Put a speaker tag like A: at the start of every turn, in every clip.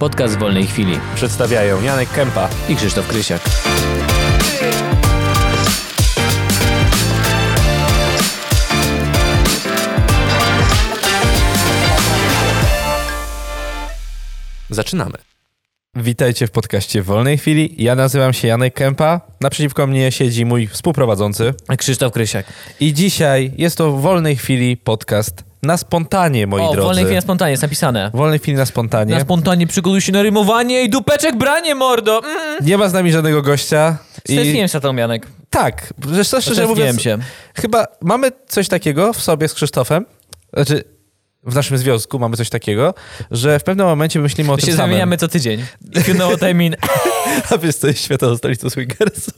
A: Podcast Wolnej Chwili
B: Przedstawiają Janek Kępa.
A: i Krzysztof Krysiak.
B: Zaczynamy.
C: Witajcie w podcaście Wolnej Chwili. Ja nazywam się Janek Kępa. Naprzeciwko mnie siedzi mój współprowadzący.
A: Krzysztof Krysiak.
C: I dzisiaj jest to Wolnej Chwili podcast na spontanie, moi
A: o,
C: drodzy.
A: wolnej chwili na spontanie, jest napisane.
C: Wolnej Chwili na spontanie.
A: Na spontanie przygotuj się na rymowanie i dupeczek branie, mordo! Mm.
C: Nie ma z nami żadnego gościa.
A: Stęskniłem się za tą, Janek.
C: Tak, że szczerze
A: Stęskniłem
C: mówiąc,
A: się.
C: chyba mamy coś takiego w sobie z Krzysztofem. Znaczy, w naszym związku mamy coś takiego, że w pewnym momencie myślimy o
A: My
C: tym
A: się
C: samym.
A: zamieniamy co tydzień. You know what I mean.
C: A wiesz, to jest światowa stolica swingersu.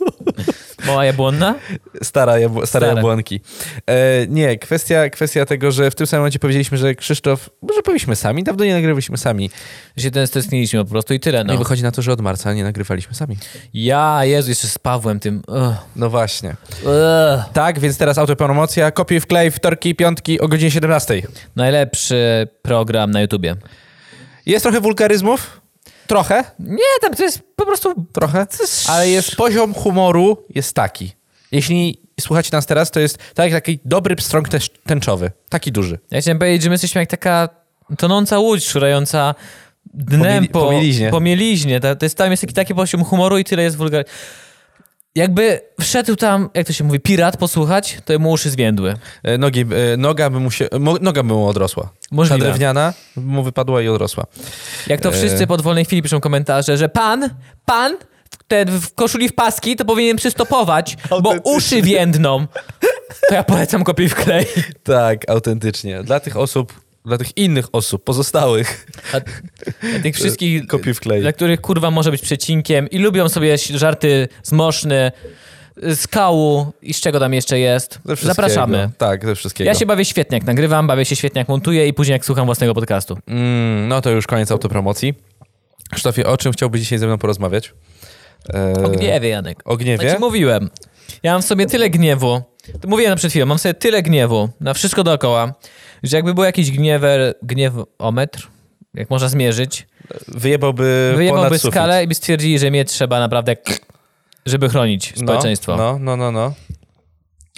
A: Mała jabłonna?
C: Stara jabł- stare
A: Stare.
C: jabłonki. E, nie, kwestia, kwestia tego, że w tym samym momencie powiedzieliśmy, że Krzysztof, może powiedzmy sami, dawno nie nagrywaliśmy sami.
A: Że się ten stęskniliśmy po prostu i tyle,
C: No. I
A: no.
C: wychodzi na to, że od marca nie nagrywaliśmy sami.
A: Ja, Jezu, jeszcze z Pawłem tym. Ugh.
C: No właśnie.
A: Ugh.
C: Tak, więc teraz autopromocja, kopiuj wklej, wtorki i piątki o godzinie 17.
A: Najlepszy program na YouTubie.
C: Jest trochę wulgaryzmów? Trochę,
A: Nie, tam to jest po prostu...
C: trochę, ale jest poziom humoru jest taki. Jeśli słuchacie nas teraz, to jest tak jak taki dobry pstrąg też- tęczowy, taki duży.
A: Ja chciałem powiedzieć, że my jesteśmy jak taka tonąca łódź, szurająca dnem
C: Pomili-
A: po,
C: po mieliźnie.
A: Po mieliźnie. Ta- To jest, tam jest taki, taki poziom humoru i tyle jest wulgar. Jakby wszedł tam, jak to się mówi, pirat posłuchać, to mu uszy zwiędły.
C: E, Nogi, e, noga, by mu się, mo, noga by mu odrosła. Ta
A: Możliwe.
C: drewniana by mu wypadła i odrosła.
A: Jak
C: E.
A: to wszyscy pod wolnej chwili piszą komentarze, że pan, pan ten w koszuli w paski to powinien przystopować, bo uszy więdną. To ja polecam kopiuj w klej.
C: Tak, autentycznie. Dla tych osób, dla tych innych osób, pozostałych.
A: A, a tych wszystkich,
C: Kopiuj w klej.
A: dla których kurwa może być przecinkiem i lubią sobie żarty z moszny, z kału i z czego tam jeszcze jest.
C: Ze wszystkiego.
A: Zapraszamy.
C: Tak, ze wszystkiego.
A: Ja się bawię świetnie, jak nagrywam, bawię się świetnie, jak montuję i później jak słucham własnego podcastu.
C: mm, no to już koniec autopromocji. Krzysztofie, o czym chciałbyś dzisiaj ze mną porozmawiać? E,
A: O gniewie, Janek.
C: O gniewie?
A: Ja ci mówiłem. Ja mam w sobie tyle gniewu. To mówiłem na przed chwilą, mam w sobie tyle gniewu na wszystko dookoła, że jakby był jakiś gniewer, gniewometr, jak można zmierzyć,
C: Wyjebałby,
A: wyjebałby
C: ponad sufit.
A: skalę i by stwierdzili, że mnie trzeba naprawdę, żeby chronić społeczeństwo.
C: No, no, no, no. no.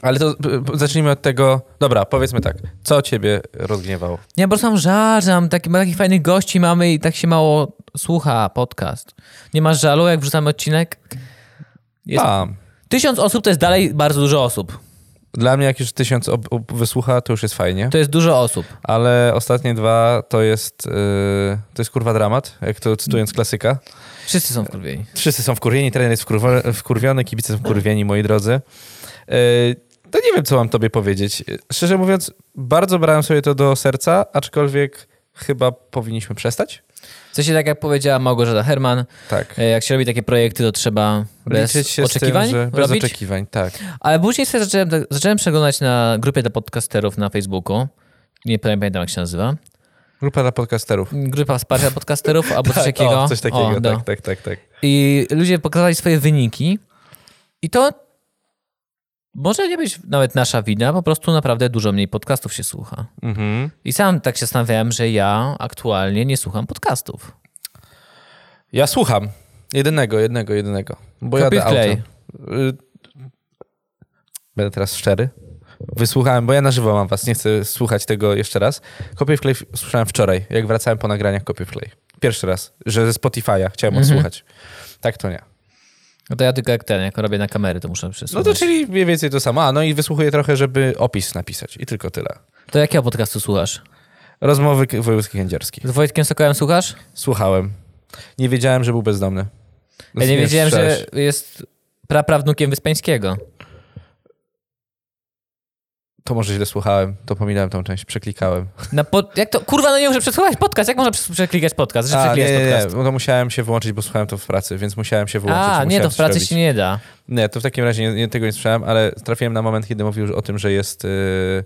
C: Ale to p- p- zacznijmy od tego. Dobra, powiedzmy tak. Co ciebie rozgniewało?
A: Ja po prostu mam żal, że mam taki, ma takich fajnych gości mamy i tak się mało słucha podcast. Nie masz żalu, jak wrzucamy odcinek? Jest...
C: Mam.
A: Tysiąc osób to jest dalej bardzo dużo osób.
C: Dla mnie jak już tysiąc ob- ob- wysłucha, to już jest fajnie.
A: To jest dużo osób.
C: Ale ostatnie dwa to jest. Yy, to jest kurwa dramat, jak to cytując klasyka.
A: Wszyscy są wkurwieni.
C: Wszyscy są wkurwieni, trener jest wkurwo- wkurwiony, kibice są wkurwieni, moi drodzy. Yy, to nie wiem, co mam tobie powiedzieć. Yy, Szczerze mówiąc, bardzo brałem sobie to do serca, aczkolwiek chyba powinniśmy przestać.
A: W sensie, tak jak powiedziała Małgorzata Herman,
C: Tak.
A: e, jak się robi takie projekty, to trzeba bez
C: Liczyć się
A: oczekiwań
C: z tym, że bez
A: robić.
C: oczekiwań, tak.
A: Ale później sobie zacząłem, tak- zacząłem przeglądać na grupie dla podcasterów na Facebooku. Nie pamiętam, jak się nazywa.
C: Grupa dla podcasterów.
A: Grupa wsparcia podcasterów albo coś takiego.
C: O, coś takiego,
A: O,
C: tak,
A: no.
C: tak, tak, tak.
A: I ludzie pokazali swoje wyniki. I to może nie być nawet nasza wina, po prostu naprawdę dużo mniej podcastów się słucha.
C: Mhm.
A: I sam tak się zastanawiałem, że ja aktualnie nie słucham podcastów.
C: Ja słucham. Jedynego, jednego, jedynego. Bo
A: Kopiuj
C: jadę
A: wklej.
C: autem. Y, Będę teraz szczery. Wysłuchałem, bo ja na żywo mam was, nie chcę słuchać tego jeszcze raz. Kopię w klej słyszałem wczoraj, jak wracałem po nagraniach kopię w klej. Pierwszy raz, że ze Spotify'a chciałem odsłuchać. Tak to nie.
A: No to ja tylko jak ten, jak robię na kamery, to muszę
C: No
A: przesłuchać.
C: to czyli mniej więcej to samo. A, no i wysłuchuję trochę, żeby opis napisać. I tylko tyle.
A: To jakiego podcastu słuchasz?
C: Rozmowy K- wojewódzki kędzierski.
A: Z Wojtkiem Sokołem słuchasz?
C: Słuchałem. Nie wiedziałem, że był bezdomny.
A: Ja nie wiedziałem,
C: słyszałeś.
A: że jest praprawnukiem Wyspańskiego.
C: To może źle słuchałem, to pominąłem tą część, przeklikałem.
A: Na po... jak to? Kurwa, no nie muszę przesłuchać podcast. Jak można przes- przeklikać podcast? Że
C: nie,
A: przeklikać
C: nie, nie,
A: podcast?
C: no to musiałem się wyłączyć, bo słuchałem to w pracy, więc musiałem się wyłączyć.
A: A, nie,
C: musiałem
A: to w
C: coś
A: pracy
C: robić.
A: się nie da.
C: Nie, to w takim razie nie, nie, tego nie słyszałem, ale trafiłem na moment, kiedy mówił o tym, że jest, yy,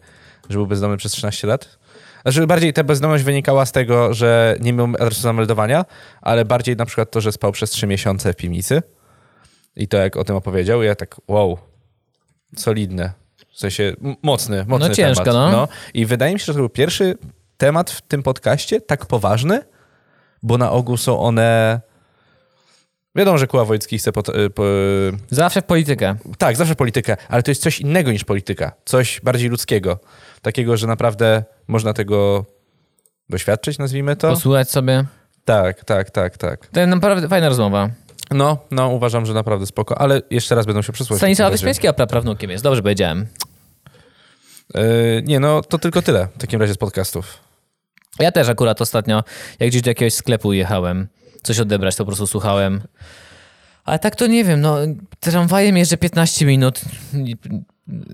C: że był bezdomny przez 13 lat. Znaczy bardziej ta bezdomność wynikała z tego, że nie miał adresu zameldowania, ale bardziej na przykład to, że spał przez 3 miesiące w piwnicy. I to jak o tym opowiedział, ja tak wow, solidne. W sensie m- mocny, mocny
A: No ciężko,
C: temat.
A: no.
C: I wydaje mi się, że to był pierwszy temat w tym podcaście tak poważny, bo na ogół są one... Wiadomo, że Kuła Wojcki chce pot, y, po,
A: Zawsze w politykę.
C: tak, zawsze politykę, ale to jest coś innego niż polityka. Coś bardziej ludzkiego. Takiego, że naprawdę można tego doświadczyć, nazwijmy to.
A: Posłuchać sobie.
C: tak, tak, tak, tak.
A: To jest naprawdę fajna rozmowa.
C: No, no, uważam, że naprawdę spoko, ale jeszcze raz będą się przysłuchać.
A: Stanisław
C: Tym razem.
A: Wyspiański pra prawnukiem jest, dobrze powiedziałem.
C: Yy, nie, no, to tylko tyle w takim razie z podcastów.
A: Ja też akurat ostatnio, jak gdzieś do jakiegoś sklepu jechałem, coś odebrać, to po prostu słuchałem. Ale tak to nie wiem, no tramwajem jeżdżę 15 minut,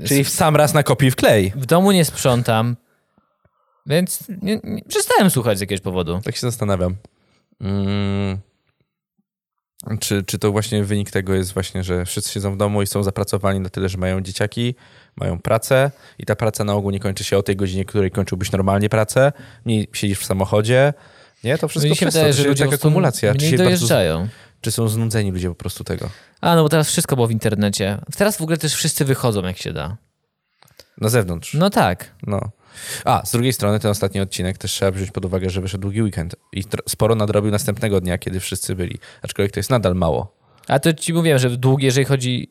C: Czyli w sam raz na kopii w klej.
A: w domu nie sprzątam, więc nie, nie, przestałem słuchać z jakiegoś powodu.
C: Tak się zastanawiam. Mm. Czy, czy to właśnie wynik tego jest właśnie, że wszyscy siedzą w domu i są zapracowani na tyle, że mają dzieciaki, mają pracę i ta praca na ogół nie kończy się o tej godzinie, której kończyłbyś normalnie pracę, nie siedzisz w samochodzie. Nie, to wszystko
A: Mnie No się
C: przez to,
A: wydaje,
C: to
A: że
C: się
A: ludzie
C: taka
A: po prostu
C: akumulacja. Czy,
A: mniej
C: się bardzo,
A: dojeżdżają.
C: czy są znudzeni ludzie po prostu tego?
A: A, no bo teraz wszystko było w internecie. Teraz w ogóle też wszyscy wychodzą, jak się da.
C: Na zewnątrz.
A: No tak.
C: No. A, z drugiej strony ten ostatni odcinek też trzeba wziąć pod uwagę, że wyszedł długi weekend i tro- sporo nadrobił następnego dnia, kiedy wszyscy byli. Aczkolwiek to jest nadal mało.
A: A to ci mówiłem, że długi, jeżeli chodzi...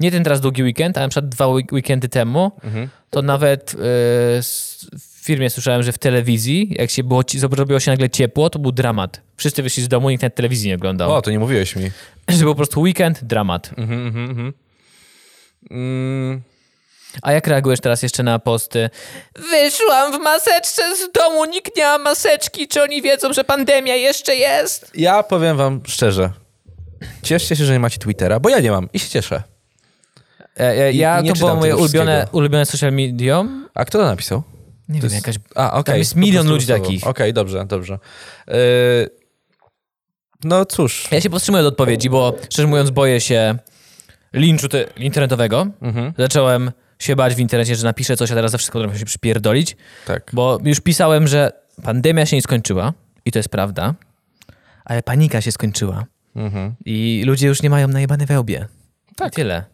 A: Nie ten teraz długi weekend, a na przykład dwa week- weekendy temu,
C: Mhm.
A: to nawet y, s- w firmie słyszałem, że w telewizji, jak się było, ci- zrobiło się nagle ciepło, to był dramat. Wszyscy wyszli z domu, nikt nawet telewizji nie oglądał.
C: O, to nie mówiłeś mi.
A: Że był po prostu weekend, dramat.
C: Mhm, mhm, mhm. Mm,
A: A jak reagujesz teraz jeszcze na posty? Wyszłam w maseczce z domu, nikt nie ma maseczki, czy oni wiedzą, że pandemia jeszcze jest?
C: ja powiem wam szczerze. Cieszcie się, że nie macie Twittera, bo ja nie mam i się cieszę.
A: E, e,
C: I-
A: ja
C: i nie
A: to było
C: czytam
A: moje
C: tego
A: ulubione,
C: wszystkiego.
A: ulubione social medium.
C: A kto to napisał?
A: Nie
C: To
A: wiem,
C: jest-
A: jakaś...
C: A, okej.
A: jest
C: po
A: milion
C: prostu
A: ludzi
C: losowo.
A: takich.
C: Okej, dobrze, dobrze. Yy, no cóż.
A: Ja się powstrzymuję od odpowiedzi, bo szczerze mówiąc boję się linczu te... internetowego.
C: Mhm,
A: Zacząłem się bać w internecie, że napiszę coś, a teraz za wszystko będę musiał się przypierdolić.
C: tak.
A: Bo już pisałem, że pandemia się nie skończyła i to jest prawda, ale panika się skończyła
C: Mhm.
A: i ludzie już nie mają najebane wełbie. Tak. Tyle.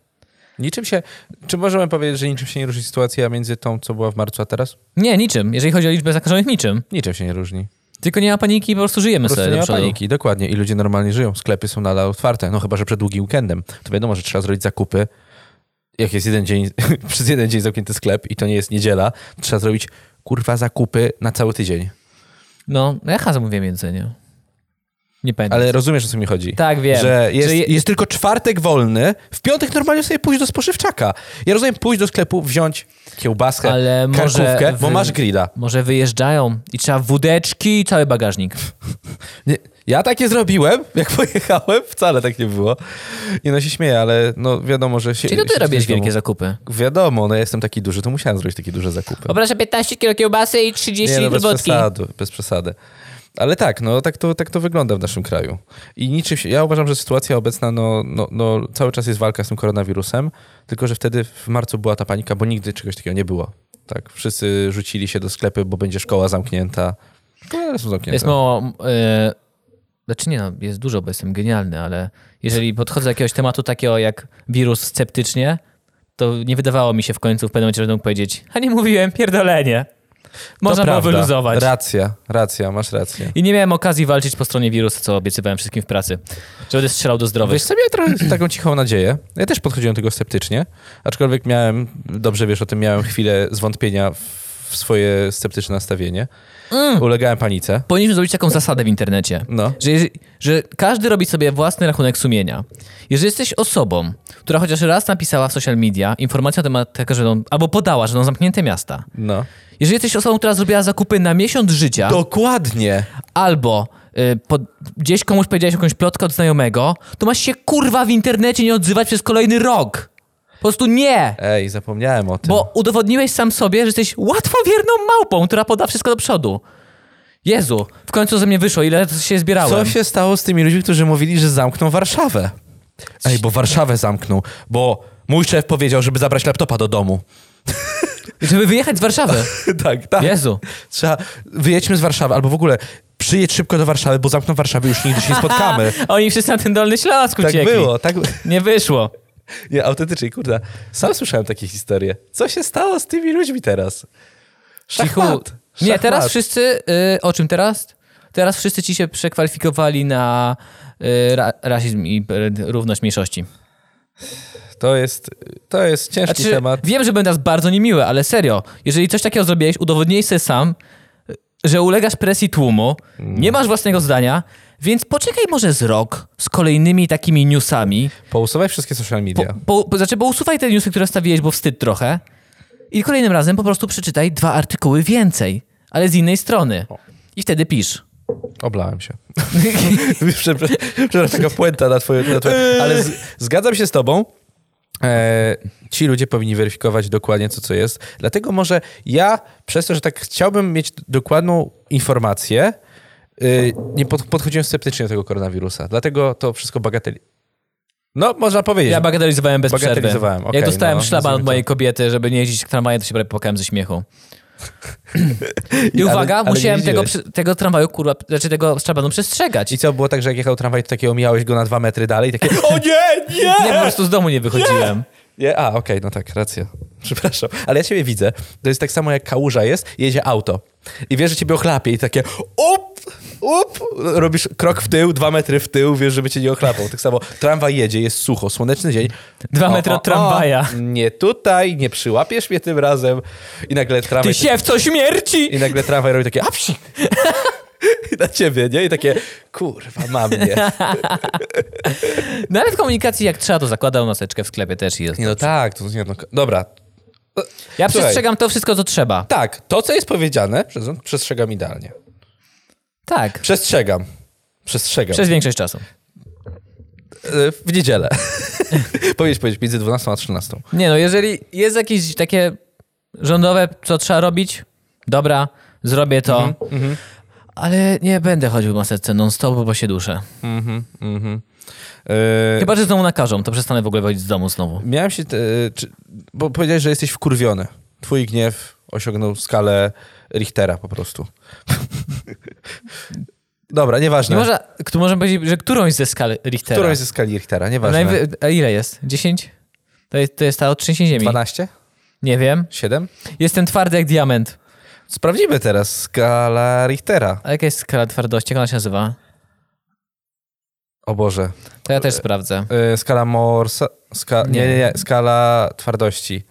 C: Niczym się. Czy możemy powiedzieć, że niczym się nie różni sytuacja między tą, co była w marcu, a teraz?
A: Nie, niczym. Jeżeli chodzi o liczbę zakażonych, niczym.
C: Niczym się nie różni.
A: Tylko nie ma paniki i po prostu żyjemy
C: Po prostu
A: sobie
C: nie
A: do
C: ma
A: przodu.
C: paniki, dokładnie. I ludzie normalnie żyją. Sklepy są nadal otwarte. No chyba, że przed długim weekendem. To wiadomo, że trzeba zrobić zakupy. Jak jest jeden dzień, przez jeden dzień zamknięty sklep i to nie jest niedziela, trzeba zrobić kurwa zakupy na cały tydzień.
A: No, ja chazę mówię jedzenie. Nie pamiętam.
C: Ale rozumiesz, o co mi chodzi.
A: Tak, wiem.
C: Że jest,
A: Że je-
C: jest tylko czwartek wolny, w piątek normalnie sobie pójść do spożywczaka. Ja rozumiem, pójść do sklepu, wziąć kiełbaskę,
A: Ale może
C: karkówkę, bo
A: wy-
C: masz grilla.
A: Może wyjeżdżają i trzeba wódeczki i cały bagażnik.
C: Nie, ja takie zrobiłem, jak pojechałem, wcale tak nie było. Nie no, się śmieję, ale no wiadomo, że się...
A: Czyli to ty
C: się
A: robisz
C: domu-
A: wielkie zakupy.
C: Wiadomo, no ja jestem taki duży, to musiałem zrobić takie duże zakupy.
A: Obrażę 15 kilo kiełbasy i 30
C: Nie, no, bez
A: litrów wodki.
C: przesady, bez przesady. Ale tak, no tak to, tak to wygląda w naszym kraju. I niczym się, ja uważam, że sytuacja obecna, no, no, no cały czas jest walka z tym koronawirusem, tylko że wtedy w marcu była ta panika, bo nigdy czegoś takiego nie było. Tak, wszyscy rzucili się do sklepy, bo będzie szkoła zamknięta. No, Szkoły są zamknięte.
A: Jest mało... E, znaczy nie no, jest dużo, bo jestem genialny, ale jeżeli podchodzę do jakiegoś tematu takiego jak wirus sceptycznie, to nie wydawało mi się w końcu w pewnym momencie, że będą powiedzieć a nie mówiłem, pierdolenie. Można było
C: prawda.
A: wyluzować.
C: Racja, racja, masz rację.
A: I nie miałem okazji walczyć po stronie wirusa, co obiecywałem wszystkim w pracy. Że będę strzelał do zdrowych.
C: Wiesz co, miałem trochę taką cichą nadzieję. Ja też podchodziłem do tego sceptycznie, aczkolwiek miałem, dobrze wiesz o tym, miałem chwilę zwątpienia w, w swoje sceptyczne nastawienie. Ulegałem panice.
A: Mm, Powinniśmy zrobić taką zasadę w internecie.
C: No.
A: Że, jeżeli- że każdy robi sobie własny rachunek sumienia. Jeżeli jesteś osobą, która chociaż raz napisała w social media informację na temat tego, że będą, albo podała, że będą zamknięte miasta.
C: No.
A: Jeżeli jesteś osobą, która zrobiła zakupy na miesiąc życia,
C: Dokładnie.
A: albo y, pod, gdzieś komuś powiedziałeś jakąś plotkę od znajomego, to masz się kurwa w internecie nie odzywać przez kolejny rok. Po prostu nie!
C: Ej, zapomniałem o tym.
A: Bo udowodniłeś sam sobie, że jesteś łatwowierną małpą, która poda wszystko do przodu. Jezu, w końcu ze mnie wyszło, ile się zbierałem.
C: Co się stało z tymi ludźmi, którzy mówili, że zamkną Warszawę? Ej, bo Warszawę zamknął, bo mój szef powiedział, żeby zabrać laptopa do domu.
A: Żeby wyjechać z Warszawy.
C: tak, tak.
A: Jezu.
C: Trzeba, wyjedźmy z Warszawy, albo w ogóle przyjedź szybko do Warszawy, bo zamkną Warszawę, już nigdy się nie spotkamy.
A: A oni wszyscy na ten Dolny Śląsk
C: tak
A: uciekli.
C: było, tak
A: Nie wyszło.
C: Nie, autentycznie, kurde. Sam słyszałem takie historie. Co się stało z tymi ludźmi teraz?
A: Cichu.
C: Szachmat.
A: Nie,
C: Szachmat.
A: teraz wszyscy, y, o czym teraz? Teraz wszyscy ci się przekwalifikowali na y, ra, rasizm i y, równość mniejszości.
C: To jest, to jest ciężki
A: Znaczy,
C: temat.
A: Wiem, że będę teraz bardzo niemiły, ale serio, jeżeli coś takiego zrobiłeś, udowodniłeś sobie sam, y, że ulegasz presji tłumu,
C: Mm.
A: nie masz własnego zdania, więc poczekaj może z rok z kolejnymi takimi newsami.
C: Pousuwaj wszystkie social
A: Po,
C: media.
A: po, po, znaczy, bo usuwaj te newsy, które stawiłeś, bo wstyd trochę. I kolejnym razem po prostu przeczytaj dwa artykuły więcej, ale z innej strony. I wtedy pisz.
C: Oblałem się. Przepraszam, przepraszam, taka puenta na twoje... Na twoje ale z, zgadzam się z tobą. E, ci ludzie powinni weryfikować dokładnie to, co jest. Dlatego może ja, przez to, że tak chciałbym mieć dokładną informację, y, nie pod, podchodziłem sceptycznie do tego koronawirusa. Dlatego to wszystko bagateli... No, można powiedzieć.
A: Ja bagatelizowałem bez przerwy.
C: Bagatelizowałem, okej,
A: Jak dostałem
C: no,
A: szlaban
C: nazwijmy
A: od
C: to.
A: mojej kobiety, żeby nie jeździć tramwajem, to się prawie płakałem ze śmiechu. I
C: Ale-
A: uwaga,
C: ale nie
A: musiałem tego,
C: jeździłeś.
A: przy- tego tramwaju, kurwa, znaczy tego szlabanu przestrzegać.
C: I co, było tak, że jak jechał tramwaj, to takiego mijałeś go na dwa metry dalej i takie... O nie, nie!
A: Ja po prostu z domu nie wychodziłem.
C: Nie, a, okej, no tak, racja. Przepraszam, ale ja ciebie widzę. To jest tak samo jak kałuża jest, jedzie auto i wiesz, że ciebie ochlapie i takie up, up, robisz krok w tył, dwa metry w tył, wiesz, żeby cię nie ochlapał. Tak samo tramwaj jedzie, jest sucho, słoneczny dzień.
A: Dwa metry od tramwaja.
C: nie tutaj, nie przyłapiesz mnie tym razem. I nagle tramwaj...
A: Ty się w co śmierci!
C: I nagle tramwaj robi takie apsi! I na ciebie, nie? I takie, kurwa, mam mnie.
A: No ale w komunikacji jak trzeba, to zakładam maseczkę w sklepie też jest.
C: Nie, no tak, to nie, no, dobra.
A: Ja
C: Słuchaj.
A: przestrzegam to wszystko, co trzeba.
C: Tak, to, co jest powiedziane, przez- przestrzegam idealnie.
A: Tak.
C: Przestrzegam. Przestrzegam.
A: Przez większość czasu.
C: E, W niedzielę. powiedz, powiedz, między 12 a 13.
A: Nie no, jeżeli jest jakieś takie rządowe, co trzeba robić, dobra, zrobię to. Ale nie będę chodził w maseczce non-stop, bo się duszę. Mhm.
C: E,
A: Chyba, że znowu nakażą, to przestanę w ogóle wychodzić z domu znowu.
C: miałem się. Te, czy, bo powiedziałeś, że jesteś wkurwiony. Twój gniew osiągnął skalę Richtera po prostu. Dobra, nieważne.
A: Nie można, tu możemy powiedzieć, że którąś ze skal Richtera.
C: Którą jest ze skali Richtera? Nieważne.
A: Najwy- A ile jest? 10? To jest, to jest ta od trzęsienia ziemi.
C: 12?
A: Nie wiem.
C: 7?
A: Jestem twardy jak diament.
C: Sprawdzimy teraz skala Richtera.
A: A jaka jest skala twardości? Jak ona się nazywa?
C: O Boże.
A: To ja też sprawdzę.
C: E, skala Morsa. Ska, nie, nie, nie. Skala twardości.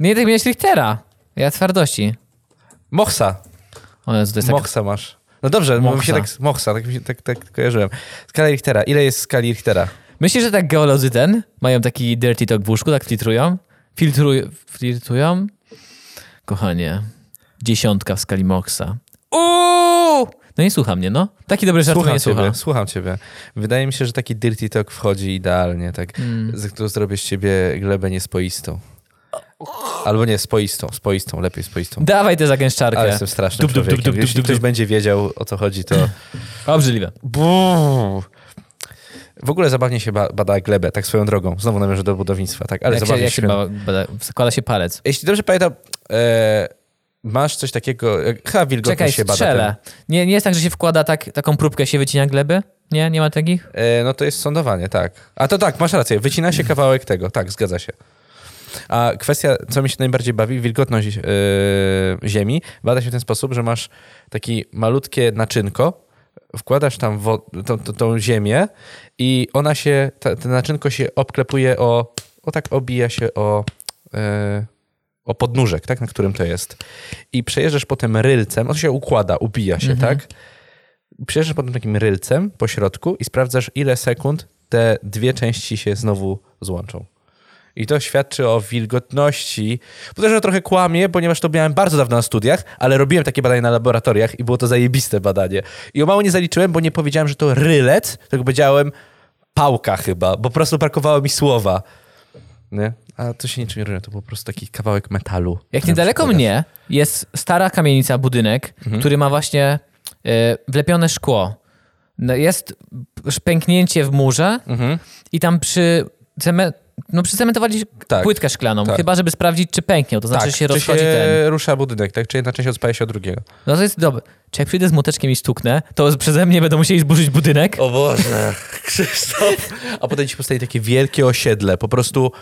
A: Nie tak miałeś Richtera. Ja twardości.
C: Mochsa.
A: O Jezu, to jest tak...
C: Mochsa masz. No dobrze, bo mi się
A: Mochsa.
C: tak. Mochsa, tak, mi się- tak, tak kojarzyłem. Skala Richtera. Ile jest skali Richtera?
A: Myślisz, że tak geolodzy ten mają taki dirty talk w łóżku, tak filtrują? Filtruj... Filtrują? Kochanie. Dziesiątka w skali Moxa. Uuu! No nie słucha mnie, no. Taki dobry żart mnie
C: Słucham
A: nie słucha.
C: ciebie, słucham ciebie. Wydaje mi się, że taki dirty talk wchodzi idealnie, tak.
A: Mm.
C: Z którą zrobię z ciebie glebę niespoistą. Albo nie, spoistą, spoistą, lepiej spoistą.
A: Dawaj tę zagęszczarkę.
C: Ale jestem strasznym
A: Dup, dup, dup,
C: człowiekiem.
A: dup, dup,
C: Jeśli
A: dup,
C: ktoś
A: dup.
C: będzie wiedział, o co chodzi, to...
A: Obrzydliwe.
C: Buu. W ogóle zabawnie się ba- bada glebę, tak swoją drogą. Znowu namierzę do budownictwa, tak, ale
A: jak się,
C: zabawnie
A: jak
C: się
A: się ba- bada, zakłada się palec.
C: Jeśli dobrze pamiętam, e, masz coś takiego, e, chyba wilgotność
A: Czekaj,
C: się bada.
A: strzelę. Nie, nie jest tak, że się wkłada tak, taką próbkę, się wycina gleby? Nie? Nie ma takich?
C: ten. E, no to jest sądowanie, tak. A to tak, masz rację, wycina się kawałek tego, tak, zgadza się. A kwestia, co mi się najbardziej bawi, wilgotność e, ziemi, bada się w ten sposób, że masz takie malutkie naczynko, wkładasz tam wo- tą, tą, tą ziemię i ona się, ta, to naczynko się obklepuje o, o tak obija się o... E, o podnóżek, tak, na którym to jest. I przejeżdżasz potem rylcem, on się układa, ubija się, tak? Przejeżdżasz potem takim rylcem po środku i sprawdzasz, ile sekund te dwie części się znowu złączą. I to świadczy o wilgotności. Bo też, że trochę kłamie, ponieważ to miałem bardzo dawno na studiach, ale robiłem takie badania na laboratoriach i było to zajebiste badanie. I o mało nie zaliczyłem, bo nie powiedziałem, że to rylec, tylko powiedziałem pałka chyba, bo po prostu brakowało mi słowa. Nie? A to się niczym nie różni, to był po prostu taki kawałek metalu.
A: Jak
C: który
A: niedaleko
C: przykładasz.
A: mnie jest stara kamienica, budynek,
C: Mhm.
A: który ma właśnie e, wlepione szkło. No, jest sz- pęknięcie w murze
C: Mhm.
A: i tam przy cemen- no, przycementowali
C: Tak.
A: płytkę szklaną,
C: Tak.
A: chyba żeby sprawdzić, czy pęknie, to znaczy,
C: tak,
A: że się
C: czy
A: rozchodzi
C: się
A: ten.
C: rusza budynek, tak? Czy jedna część odspala się od drugiego.
A: No to jest dobre. Czy jak przyjdę z młoteczkiem i stuknę, to z- przeze mnie będą musieli zburzyć budynek?
C: O Boże, Krzysztof. A potem ci powstaje takie wielkie osiedle, po prostu...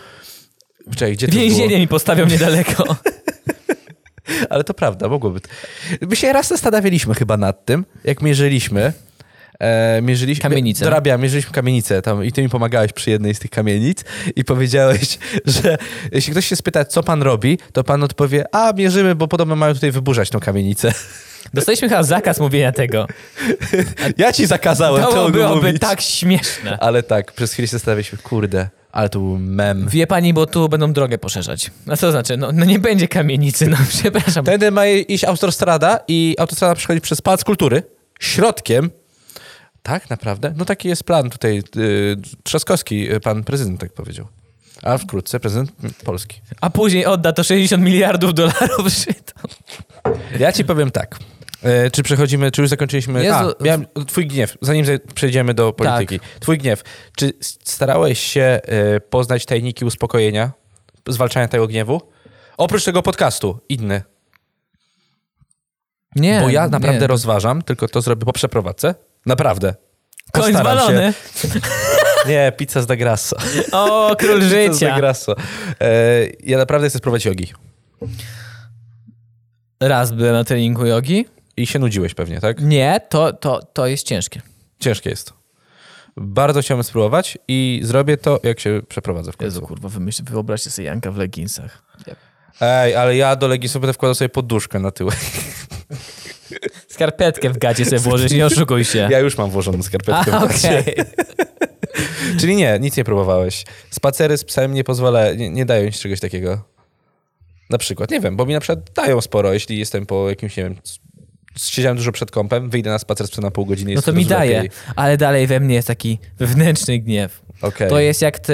C: Czekaj, gdzie to było?
A: Więzienie mi postawią niedaleko.
C: Ale to prawda, mogłoby. t- My się raz zastanawialiśmy chyba nad tym, jak mierzyliśmy. E, mierzyliśmy
A: Kamienicę.
C: Dorabia, mierzyliśmy kamienicę tam i ty mi pomagałeś przy jednej z tych kamienic i powiedziałeś, że jeśli ktoś się spyta, co pan robi, to pan odpowie, a mierzymy, bo podobno mają tutaj wyburzać tą kamienicę.
A: Dostaliśmy chyba zakaz mówienia tego.
C: Ja ci zakazałem
A: To
C: to
A: byłoby
C: mówić.
A: tak śmieszne.
C: Ale tak, przez chwilę się zastanawialiśmy, kurde, ale to był mem.
A: Wie pani, bo tu będą drogę poszerzać. A co znaczy? No, no nie będzie kamienicy, no przepraszam.
C: Wtedy ma iść autostrada i autostrada przechodzi przez Pałac Kultury środkiem. Tak, naprawdę? No taki jest plan tutaj. y, Trzaskowski, y, pan prezydent tak powiedział. A wkrótce prezydent Polski.
A: A później odda to 60 miliardów dolarów Żydom.
C: Ja ci powiem tak. E, Czy przechodzimy, czy już zakończyliśmy?
A: Jezu.
C: A, miałem, twój gniew, zanim ze- przejdziemy do polityki. Twój gniew. Czy s- starałeś się e, poznać tajniki uspokojenia, zwalczania tego gniewu? Oprócz tego podcastu, inny.
A: Nie,
C: Bo ja naprawdę rozważam, tylko to zrobię po przeprowadzce. Naprawdę.
A: Koń
C: Postaram
A: zwalony.
C: Się. Nie, pizza z Dagrasso.
A: O, król
C: Pizza z
A: życia.
C: Dagrasso. E, ja naprawdę chcę spróbować jogi.
A: Raz byłem na treningu jogi.
C: I się nudziłeś pewnie, tak?
A: Nie, to, to, to jest ciężkie.
C: Ciężkie jest. Bardzo chciałbym spróbować i zrobię to, jak się przeprowadzę w końcu.
A: Jezu, kurwa, wymyśl, wyobraźcie sobie Janka w leggingsach.
C: Ej, ale ja do legisu będę wkładał sobie poduszkę na tyłek.
A: Skarpetkę w gacie sobie włożysz, nie oszukuj się.
C: Ja już mam włożoną skarpetkę.
A: A,
C: w gacie.
A: okej.
C: Czyli nie, nic nie próbowałeś. Spacery z psem nie pozwala, nie, nie dają ci czegoś takiego. Na przykład, nie wiem, bo mi na przykład dają sporo, jeśli jestem po jakimś, nie wiem, s- siedziałem dużo przed kąpem, wyjdę na spacer z psem na pół godziny.
A: No
C: jest
A: to mi
C: dużo
A: daje,
C: lepiej.
A: ale dalej we mnie jest taki wewnętrzny gniew.
C: Okej.
A: To jest jak ty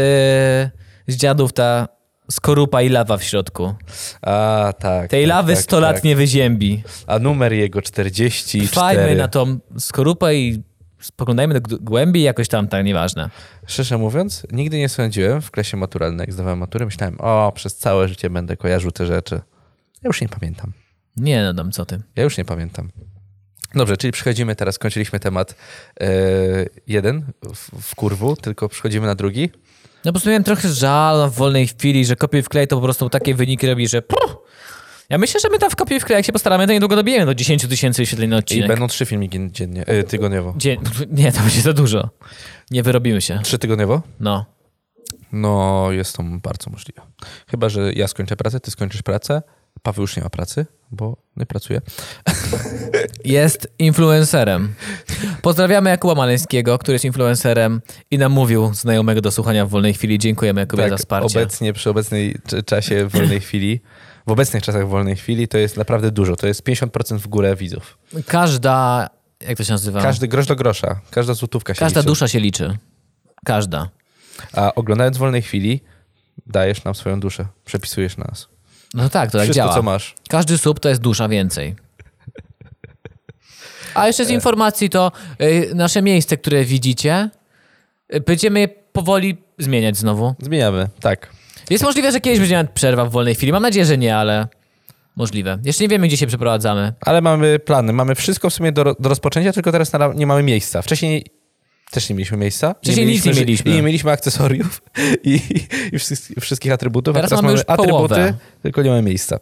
A: z dziadów ta skorupa i lawa w środku.
C: A, tak.
A: Tej
C: tak,
A: lawy
C: tak,
A: 100 lat
C: tak.
A: nie wyziębi.
C: A numer jego 44.
A: Trwajmy na tą skorupę i spoglądajmy do g- głębi jakoś tam, tak nieważne.
C: Szczerze mówiąc, nigdy nie sądziłem w klasie maturalnej, jak zdawałem maturę, myślałem, o, przez całe życie będę kojarzył te rzeczy. Ja już nie pamiętam.
A: Nie, no dam co ty.
C: Ja już nie pamiętam. Dobrze, czyli przechodzimy teraz, skończyliśmy temat e, jeden w, w kurwu, tylko przechodzimy na drugi.
A: No po prostu miałem trochę żal w wolnej chwili, że kopiuj w klej to po prostu takie wyniki robi, że puh. Ja myślę, że my tam w kopiuj w klej, jak się postaramy, to niedługo dobijemy do 10 tysięcy wyświetleń na
C: I
A: odcinek.
C: będą trzy filmiki dziennie, e, tygodniowo.
A: Dzień... Nie, to będzie za dużo. Nie wyrobimy się.
C: Trzy tygodniowo?
A: No.
C: No, jest to bardzo możliwe. Chyba, że ja skończę pracę, ty skończysz pracę, Paweł już nie ma pracy, bo nie pracuje.
A: Jest influencerem. Pozdrawiamy Jakuba Maleńskiego, który jest influencerem i namówił znajomego do słuchania w wolnej chwili. Dziękujemy Jakubie
C: Tak,
A: za wsparcie.
C: obecnie, przy obecnej cz- czasie wolnej chwili, w obecnych czasach wolnej chwili to jest naprawdę dużo, to jest 50% w górę widzów.
A: Każda, jak to się nazywa?
C: Każdy grosz do grosza, każda złotówka się
A: Tak. Każda
C: liczy.
A: dusza się liczy. Każda.
C: A oglądając wolnej chwili, dajesz nam swoją duszę, przepisujesz na nas.
A: No tak, to tak
C: Wszystko,
A: działa.
C: co masz.
A: Każdy sub to jest dusza więcej. A jeszcze
C: E.
A: z informacji to y, nasze miejsce, które widzicie, y, będziemy je powoli zmieniać znowu.
C: Zmieniamy, tak.
A: Jest możliwe, że kiedyś będzie nawet przerwa w wolnej chwili. Mam nadzieję, że nie, ale możliwe. Jeszcze nie wiemy, gdzie się przeprowadzamy.
C: Ale mamy plany, mamy wszystko w sumie do, ro- do rozpoczęcia, tylko teraz na, ra- nie mamy miejsca. Wcześniej też nie mieliśmy miejsca.
A: Wcześniej nic nie
C: ży-
A: mieliśmy.
C: I nie mieliśmy akcesoriów i, i wszystkich, wszystkich atrybutów.
A: Teraz
C: a teraz
A: mamy już
C: atrybuty,
A: połowę.
C: tylko nie mamy miejsca.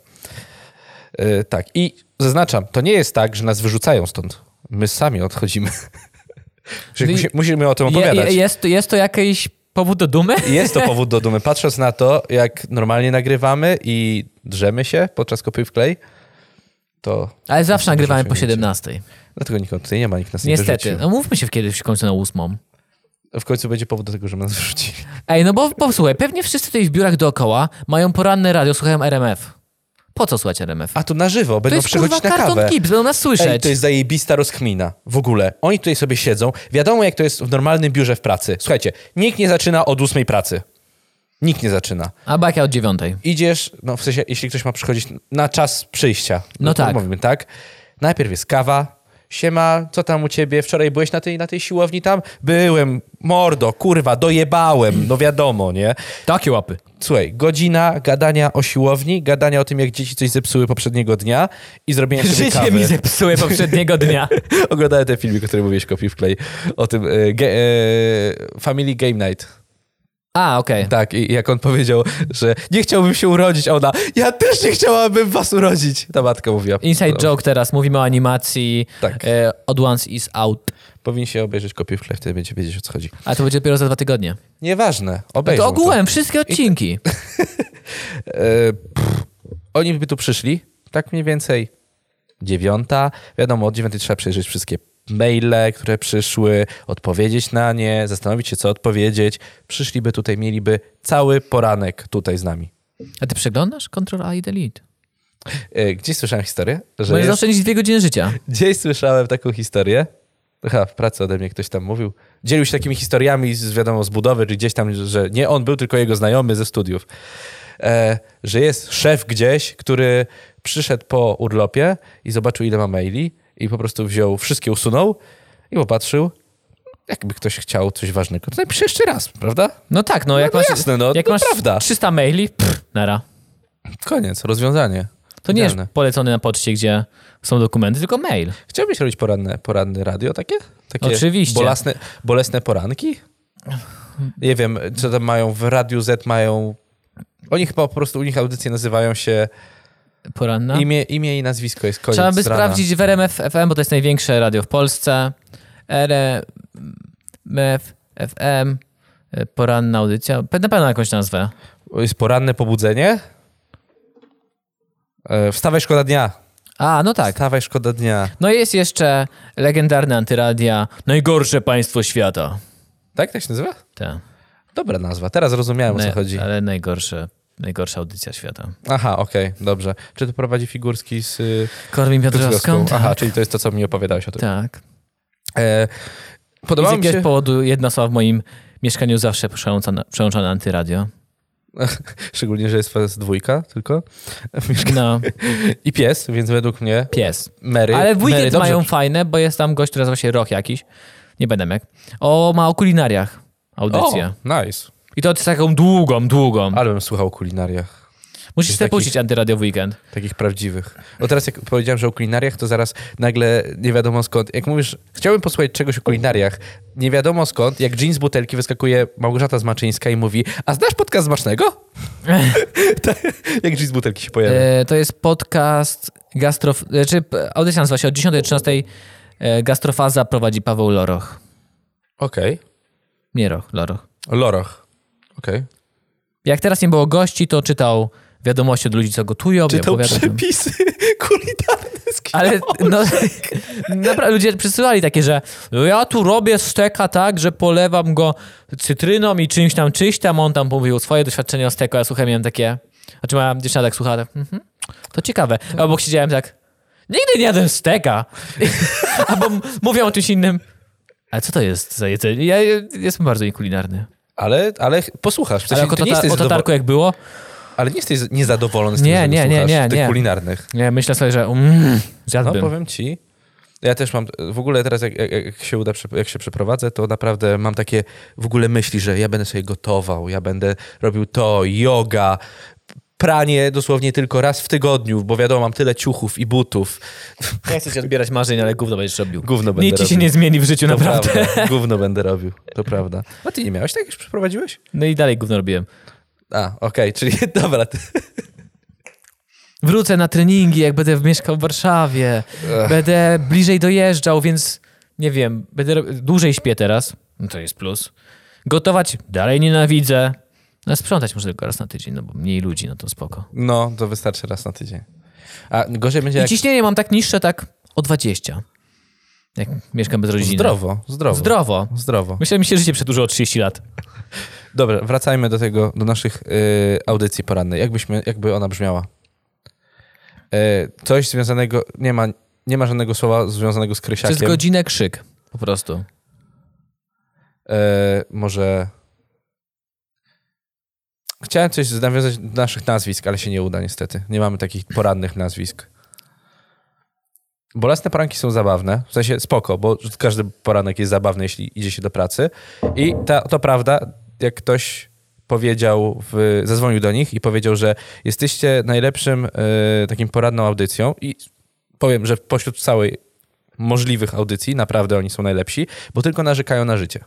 C: E, tak, i zaznaczam, to nie jest tak, że nas wyrzucają stąd. My sami odchodzimy. Czyli musi, musimy o tym
A: Je,
C: opowiadać.
A: je, jest, jest to jakiś powód do dumy?
C: Jest to powód do dumy. Patrząc na to, jak normalnie nagrywamy i drzemy się podczas kopii w klej, to
A: Ale zawsze nagrywamy po
C: Wyrzucił cię.
A: 17.
C: dlatego nikogo tutaj nie ma, nikt nas nie
A: Niestety.
C: wyrzucił.
A: No mówmy się kiedyś w końcu na 8.
C: W końcu będzie powód do tego, że nas wyrzucili.
A: Ej, no bo posłuchaj, pewnie wszyscy tutaj w biurach dookoła mają poranne radio, słuchają RMF. Po co słuchać RMF?
C: A tu na żywo,
A: To
C: będą
A: jest kurwa
C: przychodzić na
A: karton
C: kawę.
A: Kips, będą nas słyszeć.
C: Ej, to jest zajebista rozkmina. W ogóle. Oni tutaj sobie siedzą. Wiadomo, jak to jest w normalnym biurze w pracy. Słuchajcie, nikt nie zaczyna od ósmej pracy. Nikt nie zaczyna.
A: A bakia od dziewiątej.
C: Idziesz, no w sensie, jeśli ktoś ma przychodzić na czas przyjścia.
A: No
C: to
A: tak.
C: Mówimy, tak. Najpierw jest kawa. Siema, co tam u ciebie? Wczoraj byłeś na tej, na tej siłowni tam? Byłem. Mordo, kurwa, dojebałem. No wiadomo, nie?
A: Takie łapy.
C: Słuchaj, godzina gadania o siłowni, gadania o tym, jak dzieci coś zepsuły poprzedniego dnia i zrobienia sobie
A: Życie
C: kawy.
A: mi zepsuły poprzedniego dnia.
C: Oglądałem ten filmik, o którym mówiłeś, kopi w klej, o tym e, ge, e, Family Game Night.
A: A, okej.
C: Tak, i jak on powiedział, że nie chciałbym się urodzić, a ona, ja też nie chciałabym was urodzić. Ta matka mówiła.
A: Inside
C: No,
A: joke teraz, mówimy o animacji.
C: Tak.
A: E, Od Once is out.
C: Powinien się obejrzeć kopię w tle, wtedy będzie wiedzieć, o co chodzi.
A: A to będzie dopiero za dwa tygodnie. No
C: Nieważne, obejrzą
A: To ogółem wszystkie odcinki.
C: to. E, pff, oni by tu przyszli, tak mniej więcej dziewiąta. Wiadomo, od dziewiątej trzeba przejrzeć wszystkie maile, które przyszły, odpowiedzieć na nie, zastanowić się, co odpowiedzieć. Przyszliby tutaj, mieliby cały poranek tutaj z nami.
A: A ty przeglądasz? Control A i Delete.
C: E, Gdzieś słyszałem historię, że
A: Możesz
C: jest...
A: zaoszczędzić dwie godziny życia.
C: Gdzieś słyszałem taką historię. Aha, w pracy ode mnie ktoś tam mówił. Dzielił się takimi historiami z, wiadomo, z budowy, czy gdzieś tam, że nie on był, tylko jego znajomy ze studiów. E, że jest szef gdzieś, który przyszedł po urlopie i zobaczył, ile ma maili i po prostu wziął, wszystkie usunął i popatrzył, jakby ktoś chciał coś ważnego. To napisze jeszcze raz, prawda?
A: No tak, no jak
C: no
A: masz,
C: jasne, no,
A: jak
C: no
A: masz
C: prawda.
A: 300 maili, pff, nara.
C: Koniec, rozwiązanie.
A: To nie jest
C: Idealne.
A: polecony na poczcie, gdzie są dokumenty, tylko mail.
C: Chciałbyś robić poranne, poranne radio takie? takie
A: Oczywiście.
C: Bolesne, bolesne poranki? Nie wiem, co tam mają w Radiu Z, mają... Oni chyba po prostu, u nich audycje nazywają się...
A: Poranna.
C: Imię, imię i nazwisko jest koniec
A: No. Trzeba by
C: rana.
A: sprawdzić w RMF FM, bo to jest największe radio w Polsce. RMF FM, e, poranna audycja. Pe- Na pewno jakąś nazwę.
C: Jest poranne pobudzenie? E, Wstawaj, szkoda dnia.
A: A, no tak.
C: Wstawaj, szkoda dnia.
A: No i jest jeszcze legendarne antyradia Najgorsze Państwo Świata.
C: Tak tak się nazywa?
A: Te,
C: Dobra nazwa, teraz rozumiałem, o co
A: ne-
C: chodzi.
A: Ale najgorsze, najgorsza audycja świata.
C: Aha, okej, dobrze. Czy to prowadzi Figurski z y,
A: Korwin Piotrowską?
C: Piotrowską?
A: Tak.
C: Aha, czyli to jest to, co mi opowiadałeś o tym.
A: tak.
C: E,
A: I z
C: podobało mi
A: jakiegoś
C: się...
A: powodu jedna osoba w moim mieszkaniu zawsze przełącza na, przełącza na antyradio.
C: Szczególnie, że jest was dwójka tylko w mieszkaniu.
A: No,
C: i pies, więc według mnie
A: pies.
C: Mary.
A: Ale w
C: Mary,
A: weekend
C: dobrze.
A: mają fajne, bo jest tam gość, który nazywa się Roch jakiś. Nie będę jak. O, ma o kulinariach audycję.
C: O, nice.
A: I to jest taką długą, długą.
C: Ale bym słuchał o kulinariach.
A: Musisz sobie
C: takich-
A: puścić antyradio w weekend.
C: Takich prawdziwych. No teraz jak powiedziałem, że o kulinariach, to zaraz nagle nie wiadomo skąd. Jak mówisz, chciałbym posłuchać czegoś o kulinariach, nie wiadomo skąd, jak jeans z butelki wyskakuje Małgorzata Zmaczyńska i mówi, a znasz podcast Zmacznego? Tak, jak jeans z butelki się pojawia.
A: E, to jest podcast gastro... e, Czy p- audycja nazywa się od 10 do 13. e, Gastrofaza prowadzi Paweł Loroch.
C: Okej.
A: Nie Roch, Loroch.
C: Loroch. Okej.
A: Jak teraz nie było gości, to czytał wiadomości od ludzi, co gotują.
C: Czytał
A: opowiadał-
C: przepisy kulinarne z kina.
A: Ale no, naprawdę ludzie przysyłali takie, że no ja tu robię steka tak, że polewam go cytryną i czymś tam, czyś tam. On tam mówił swoje doświadczenie o steku, a ja słuchaj, miałem takie... Znaczy moja dziewczyna tak słucha, tak, mhm, to ciekawe. A obok siedziałem tak, nigdy nie jadłem steka. Albo m- mówią o czymś innym. A co to jest za jedzenie? Ja ja jestem bardzo niekulinarny.
C: Ale, ale posłuchasz. W sensie,
A: Ale jako
C: ty nie
A: tata-
C: jesteś
A: o
C: zadowolony.
A: tatarku jak było,
C: Ale nie jesteś niezadowolony z tego,
A: Nie,
C: że
A: nie, nie,
C: słuchasz
A: nie,
C: tych
A: nie.
C: kulinarnych.
A: nie, myślę sobie, że mm,
C: No
A: zjadłbym.
C: powiem ci, ja też mam, w ogóle teraz jak, jak, jak się uda, przy- jak się przeprowadzę, to naprawdę mam takie w ogóle myśli, że ja będę sobie gotował, ja będę robił to, yoga, pranie dosłownie tylko raz w tygodniu, bo wiadomo, mam tyle ciuchów i butów.
A: Nie chcę ci odbierać marzeń, ale gówno będziesz robił.
C: Gówno będę
A: Nic ci się
C: robił.
A: nie zmieni w życiu,
C: To
A: naprawdę.
C: prawda, gówno będę robił, to prawda. A ty nie miałeś tak, jak się przeprowadziłeś?
A: No i dalej gówno robiłem.
C: A, okej, czyli dobra, ty,
A: Wrócę na treningi, jak będę mieszkał w Warszawie. Będę bliżej dojeżdżał, więc nie wiem, będę rob- dłużej śpię teraz. No to jest plus. Gotować dalej nienawidzę. No sprzątać może tylko raz na tydzień, no bo mniej ludzi, no to spoko.
C: no to wystarczy raz na tydzień. A gorzej będzie
A: I
C: jak...
A: ciśnienie mam tak niższe, tak o 20. Jak mieszkam bez rodziny.
C: Zdrowo, zdrowo.
A: Zdrowo.
C: Zdrowo.
A: Myślę, że mi się życie przedłużyło o 30 lat.
C: Dobra, wracajmy do tego, do naszych y, audycji porannej. Jakbyśmy, jakby ona brzmiała? Y, coś związanego, nie ma, nie ma żadnego słowa związanego z
A: Przez
C: Krysiakiem.
A: godzinę krzyk po prostu.
C: Y, może... Chciałem coś nawiązać do naszych nazwisk, ale się nie uda niestety. Nie mamy takich porannych nazwisk. Bolesne poranki są zabawne, w sensie spoko, bo każdy poranek jest zabawny, jeśli idzie się do pracy. I ta, to prawda, jak ktoś powiedział, w, zadzwonił do nich i powiedział, że jesteście najlepszym e, takim poradną audycją i powiem, że pośród całej możliwych audycji naprawdę oni są najlepsi, bo tylko narzekają na życie.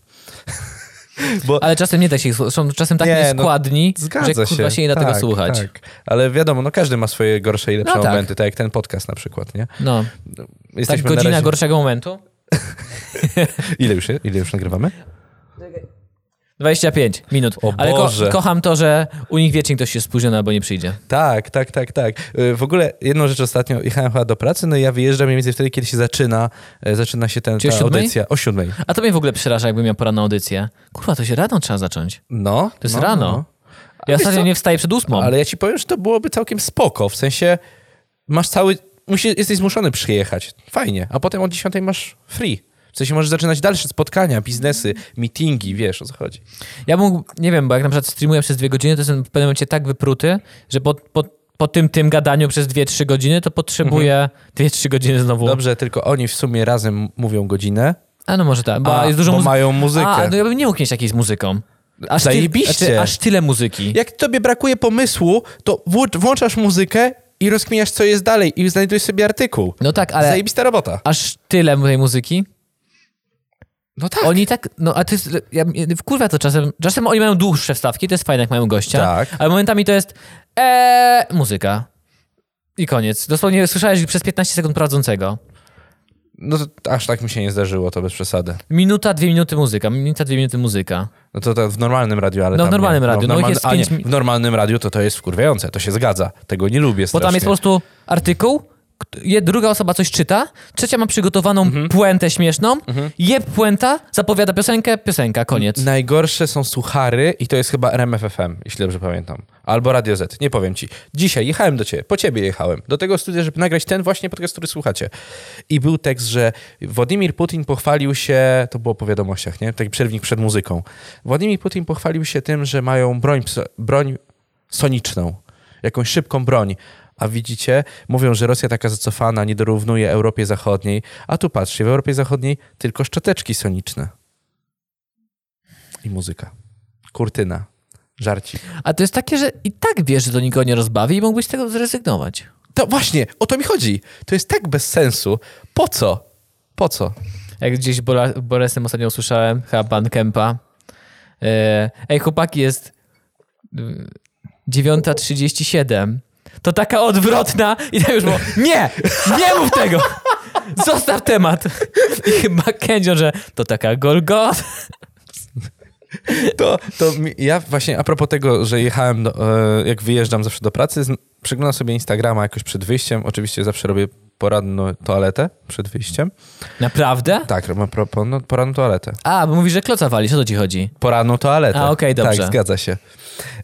C: Bo-
A: Ale czasem nie da się ich słuchać. Są czasem tak
C: Nie, no,
A: nieskładni, że
C: Zgadza
A: kurwa się, nie da
C: tak,
A: tego słuchać.
C: Tak. Ale wiadomo, no każdy ma swoje gorsze i lepsze
A: No tak.
C: momenty, tak jak ten podcast na przykład, nie?
A: No, tak
C: Jesteśmy na
A: godzina
C: razie-
A: gorszego momentu.
C: Ile już, ile już nagrywamy?
A: 25 minut.
C: O
A: Ale ko-
C: Boże.
A: kocham to, że u nich wiecznie ktoś się spóźniony albo nie przyjdzie.
C: Tak, tak, tak, tak. Y, W ogóle jedną rzecz ostatnio jechałem chyba do pracy, no i ja wyjeżdżam mniej więcej wtedy, kiedy się zaczyna, e, zaczyna się ten,
A: Czy o
C: ta
A: siódmej?
C: audycja. O siódmej.
A: A to mnie w ogóle przeraża, jakbym miał poranną audycję. Kurwa, to się rano trzeba zacząć.
C: No.
A: To jest
C: no,
A: rano.
C: no.
A: Ja
C: wiesz
A: ostatnio
C: co?
A: nie wstaję przed ósmą.
C: Ale ja ci powiem, że to byłoby całkiem spoko, w sensie masz cały, musisz, jesteś zmuszony przyjechać, fajnie, a potem od 10 masz free. W sensie możesz zaczynać dalsze spotkania, biznesy, meetingi, wiesz o co chodzi.
A: Ja mógł, nie wiem, bo jak na przykład streamuję przez dwie godziny, to jestem w pewnym momencie tak wypruty, że po, po, po tym tym gadaniu przez dwie, trzy godziny, to potrzebuję dwie, trzy godziny znowu.
C: Mhm. Dobrze, tylko oni w sumie razem mówią godzinę,
A: A no może tak, bo
C: a,
A: jest dużo
C: bo
A: muzyki.
C: mają muzykę.
A: A, no ja bym nie mógł mieć jakiejś z muzyką. Aż,
C: Zajebiście.
A: znaczy, aż tyle muzyki.
C: Jak tobie brakuje pomysłu, to włącz- włączasz muzykę i rozkminiasz, co jest dalej i znajdujesz sobie artykuł.
A: No tak, ale
C: Zajebista robota.
A: aż tyle tej muzyki.
C: No tak.
A: Oni tak, no a ty, ja, kurwa to czasem, czasem oni mają dłuższe wstawki, to jest fajne, jak mają gościa,
C: Tak.
A: ale momentami to jest eee, muzyka i koniec. Dosłownie słyszałeś przez 15 sekund prowadzącego.
C: No to aż tak mi się nie zdarzyło, to bez przesady.
A: Minuta, dwie minuty muzyka, minuta, dwie minuty muzyka.
C: No to, to w normalnym radiu, ale
A: No, w
C: tam
A: normalnym
C: nie.
A: radiu, no
C: w,
A: ich
C: normalnym-
A: jest
C: a nie,
A: pięć mi-
C: w normalnym radiu to to jest wkurwiające, to się zgadza. Tego nie lubię
A: Bo
C: strasznie.
A: tam jest po prostu artykuł, kt- je- druga osoba coś czyta, trzecia ma przygotowaną
C: Mhm.
A: puentę śmieszną, je puenta, zapowiada piosenkę, piosenka, koniec.
C: Najgorsze są suchary i to jest chyba RMFFM, jeśli dobrze pamiętam. Albo Radio Z, nie powiem ci. Dzisiaj jechałem do ciebie, po ciebie jechałem, do tego studia, żeby nagrać ten właśnie podcast, który słuchacie. I był tekst, że Władimir Putin pochwalił się, to było po wiadomościach, nie? Taki przerwnik przed muzyką. Władimir Putin pochwalił się tym, że mają broń, pso- broń soniczną, jakąś szybką broń. A widzicie, mówią, że Rosja taka zacofana nie dorównuje Europie Zachodniej, a tu patrzcie, w Europie Zachodniej tylko szczoteczki soniczne. I muzyka. Kurtyna. Żarci.
A: A to jest takie, że i tak wiesz, że to nikogo nie rozbawi i mógłbyś z tego zrezygnować.
C: To właśnie, o to mi chodzi. To jest tak bez sensu. Po co? Po co?
A: Jak gdzieś Bola, Bolesem ostatnio usłyszałem, chyba pan Kempa. E, Ej, chłopaki, jest y, 9.37. To taka odwrotna i tam już było, nie, nie mów tego. Zostaw temat. I chyba Kędzio, że to taka golgot.
C: To, to mi, ja właśnie, a propos tego, że jechałem, do, e, jak wyjeżdżam zawsze do pracy, zn- przeglądam sobie Instagrama jakoś przed wyjściem. Oczywiście zawsze robię poranną toaletę przed wyjściem.
A: Naprawdę?
C: Tak, robię pro, no, poranną toaletę.
A: A, bo mówisz, że kloca walisz, o co ci chodzi?
C: Poranną toaletę.
A: A, okej, dobrze.
C: Tak, zgadza się.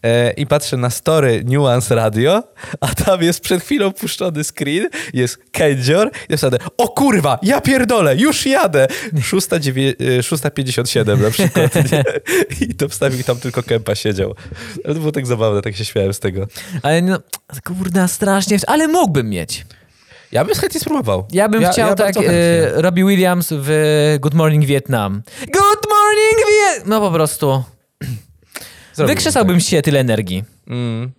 C: E, I patrzę na story Nuance Radio, a tam jest przed chwilą puszczony screen, jest kędzior i wsadę, o kurwa, ja pierdolę, już jadę! 6.9 e, 6.57 na przykład. nie? I to wstawił tam tylko kępa siedział. Ale to było tak zabawne, tak się śmiałem z tego.
A: Ale no, kurna, strasznie, ale mógłbym mieć.
C: Ja bym chętnie spróbował.
A: Ja bym chciał tak,
C: bardzo chętnie.
A: e, Robbie Williams w Good Morning Vietnam. Good Morning Vietnam! No po prostu.
C: Zrobiłbym
A: Wykrzesałbym się tyle energii.
C: tak. Mm.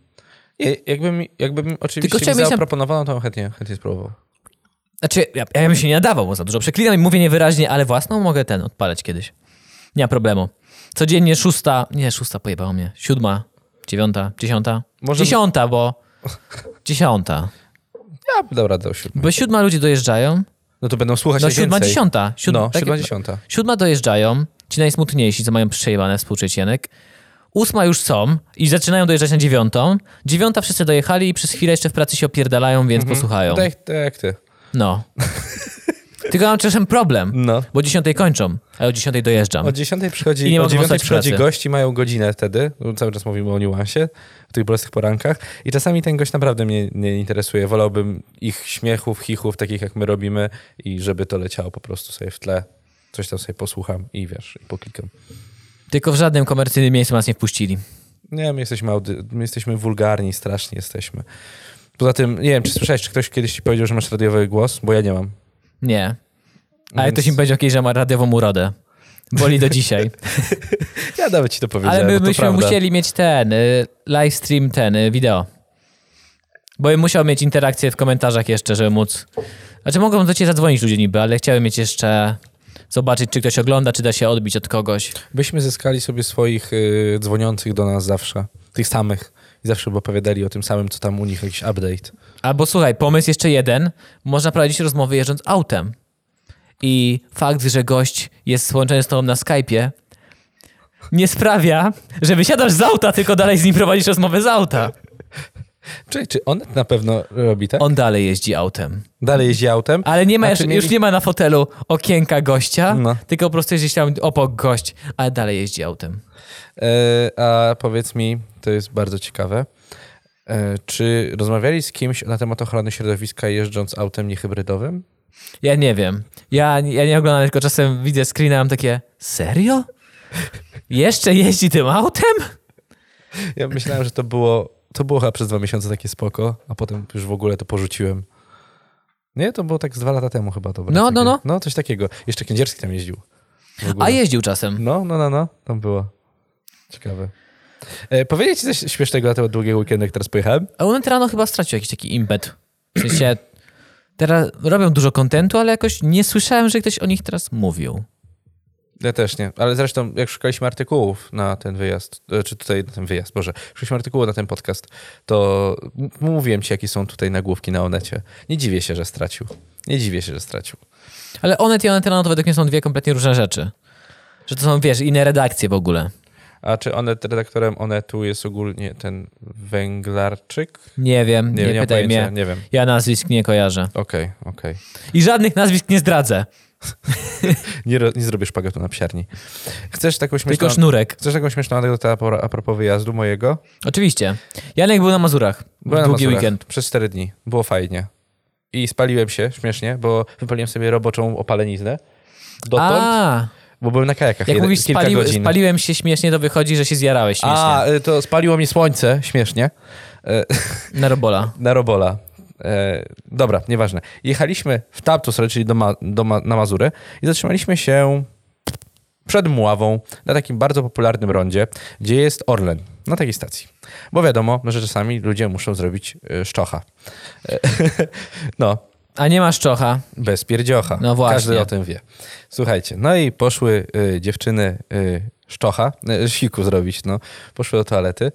C: Nie, jakbym, jakbym
A: Tylko
C: oczywiście
A: chciałem
C: mi
A: mieć tam-
C: zaproponowano, to bym chętnie, chętnie spróbował.
A: Znaczy, ja, ja bym się nie nadawał, bo za dużo przeklinam i mówię niewyraźnie, ale własną mogę ten odpalać kiedyś. Nie ma problemu. Codziennie szósta, nie, szósta pojebało mnie, siódma, dziewiąta, dziesiąta,
C: Może-
A: dziesiąta, bo... Dziesiąta.
C: Ja bym dał radę o siódmej.
A: Bo siódma ludzie dojeżdżają.
C: No to będą słuchać
A: No
C: najwięcej.
A: siódma, dziesiąta. Siódma,
C: no,
A: tak-
C: siódma, dziesiąta.
A: Siódma dojeżdżają, ci najsmutniejsi, co mają przejebane współczuć Janek. Ósma już są i zaczynają dojeżdżać na dziewiątą. Dziewiąta wszyscy dojechali i przez chwilę jeszcze w pracy się opierdalają, więc posłuchają.
C: Tak, tak jak ty.
A: No. Tylko mam czasem problem,
C: No.
A: bo o dziesiątej kończą, a o dziesiątej dojeżdżam.
C: O 10 przychodzi,
A: I nie
C: o
A: mogą
C: 9
A: wstać z
C: przychodzi
A: pracy.
C: gość i mają godzinę wtedy. No, Cały czas mówimy o niuansie w tych bolesnych porankach. I czasami ten gość naprawdę mnie nie interesuje. Wolałbym ich śmiechów, chichów, takich jak my robimy i żeby to leciało po prostu sobie w tle. Coś tam sobie posłucham i wiesz, i poklikam.
A: Tylko w żadnym komercyjnym miejscu nas nie wpuścili.
C: Nie, my jesteśmy, audy- my jesteśmy wulgarni, strasznie jesteśmy. Poza tym, nie wiem, czy słyszałeś, czy ktoś kiedyś ci powiedział, że masz radiowy głos? Bo ja nie mam.
A: Nie. A jak
C: Więc-
A: ktoś mi powiedział kiedyś, że ma radiową urodę. Boli do dzisiaj.
C: Ja nawet ci to powiedziałem,
A: Ale
C: bo
A: my
C: to
A: byśmy
C: prawda.
A: musieli mieć ten, y, live stream ten, y, wideo. Bo bym musiał mieć interakcję w komentarzach jeszcze, żeby móc... Znaczy mogą do ciebie zadzwonić ludzie niby, ale chciałem mieć jeszcze zobaczyć, czy ktoś ogląda, czy da się odbić od kogoś.
C: Byśmy zyskali sobie swoich y, dzwoniących do nas zawsze, tych samych. I zawsze by opowiadali o tym samym, co tam u nich, jakiś update.
A: Albo słuchaj, pomysł jeszcze jeden. Można prowadzić rozmowy jeżdżąc autem. I fakt, że gość jest połączony z tobą na Skype'ie, nie sprawia, że wysiadasz z auta, tylko dalej z nim prowadzisz rozmowę z auta.
C: Czyli czy on na pewno robi tak?
A: On dalej jeździ autem.
C: Dalej jeździ autem.
A: Ale nie ma,
C: A
A: już,
C: czy Znaczy, mieli-
A: już nie ma na fotelu okienka gościa,
C: No.
A: tylko po prostu jest gdzieś tam obok gość, ale dalej jeździ autem.
C: E, a powiedz mi, to jest bardzo ciekawe, e, czy rozmawiali z kimś na temat ochrony środowiska jeżdżąc autem niehybrydowym?
A: Ja nie wiem. Ja, ja nie oglądam, tylko czasem widzę screena, mam takie, serio? Jeszcze jeździ tym autem?
C: Ja myślałem, że to było, to było chyba przez dwa miesiące takie spoko, a potem już w ogóle to porzuciłem. Nie, to było tak z dwa lata temu chyba to. było
A: No,
C: takie.
A: no, no.
C: No, coś takiego. Jeszcze Kędzierski tam jeździł. W ogóle.
A: A jeździł czasem.
C: No, no, no, no, tam było. Ciekawe. E, powiedzieć ci coś śmiesznego na temat długiego weekendu, jak teraz pojechałem?
A: A Unet rano chyba stracił jakiś taki impet. W sensie, teraz robią dużo kontentu, ale jakoś nie słyszałem, że ktoś o nich teraz mówił.
C: Ja też nie, ale zresztą jak szukaliśmy artykułów na ten wyjazd, e, czy tutaj na ten wyjazd, Boże, szukaliśmy artykułów na ten podcast, to m- mówiłem ci, jakie są tutaj nagłówki na Onecie. Nie dziwię się, że stracił. Nie dziwię się, że stracił.
A: Ale Onet i Onet rano to według mnie są dwie kompletnie różne rzeczy. Że to są, wiesz, inne redakcje w ogóle.
C: A czy Onet, redaktorem Onetu jest ogólnie ten Węglarczyk?
A: Nie wiem, nie,
C: Nie, nie mam
A: pytaj
C: pojęcia,
A: mnie.
C: nie wiem.
A: Ja nazwisk nie kojarzę.
C: Okej, okej.
A: I żadnych nazwisk nie zdradzę,
C: Nie, ro- nie zrobię szpagatu na psiarni. Chcesz taką śmieszną...
A: tylko sznurek.
C: Chcesz taką śmieszną anegdotę a po- a propos wyjazdu mojego?
A: Oczywiście. Janek był na Mazurach.
C: Byłem na
A: długi
C: Mazurach
A: weekend.
C: Przez 4 dni. Było fajnie. I spaliłem się, śmiesznie, bo wypaliłem sobie roboczą opaleniznę. Dotąd,
A: A,
C: bo byłem na kajakach
A: jak
C: jeden-
A: mówisz,
C: kilka
A: spalił,
C: godzin.
A: spaliłem się śmiesznie, to wychodzi, że się zjarałeś śmiesznie.
C: A, y, to spaliło mi słońce, śmiesznie, e,
A: Na Robola.
C: na robola. E, dobra, nieważne. Jechaliśmy w Taptus, czyli do ma, do ma, na Mazurę i zatrzymaliśmy się przed Mławą na takim bardzo popularnym rondzie, gdzie jest Orlen, na takiej stacji. Bo wiadomo, że czasami ludzie muszą zrobić y, szczocha. E, no,
A: A nie masz czocha.
C: Bez pierdziocha.
A: No właśnie.
C: Każdy o tym wie. Słuchajcie, no i poszły y, dziewczyny y, szczocha, y, siku zrobić, no. Poszły do toalety.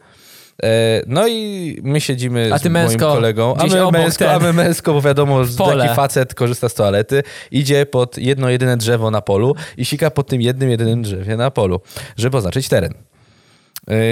C: E, No i my siedzimy
A: A
C: z
A: ty
C: moim
A: męsko
C: kolegą, a
A: gdzieś
C: my,
A: obok
C: męsko,
A: ten.
C: a my męsko, bo wiadomo, że
A: pole.
C: taki facet korzysta z toalety, idzie pod jedno jedyne drzewo na polu i sika pod tym jednym jedynym drzewie na polu, żeby oznaczyć teren.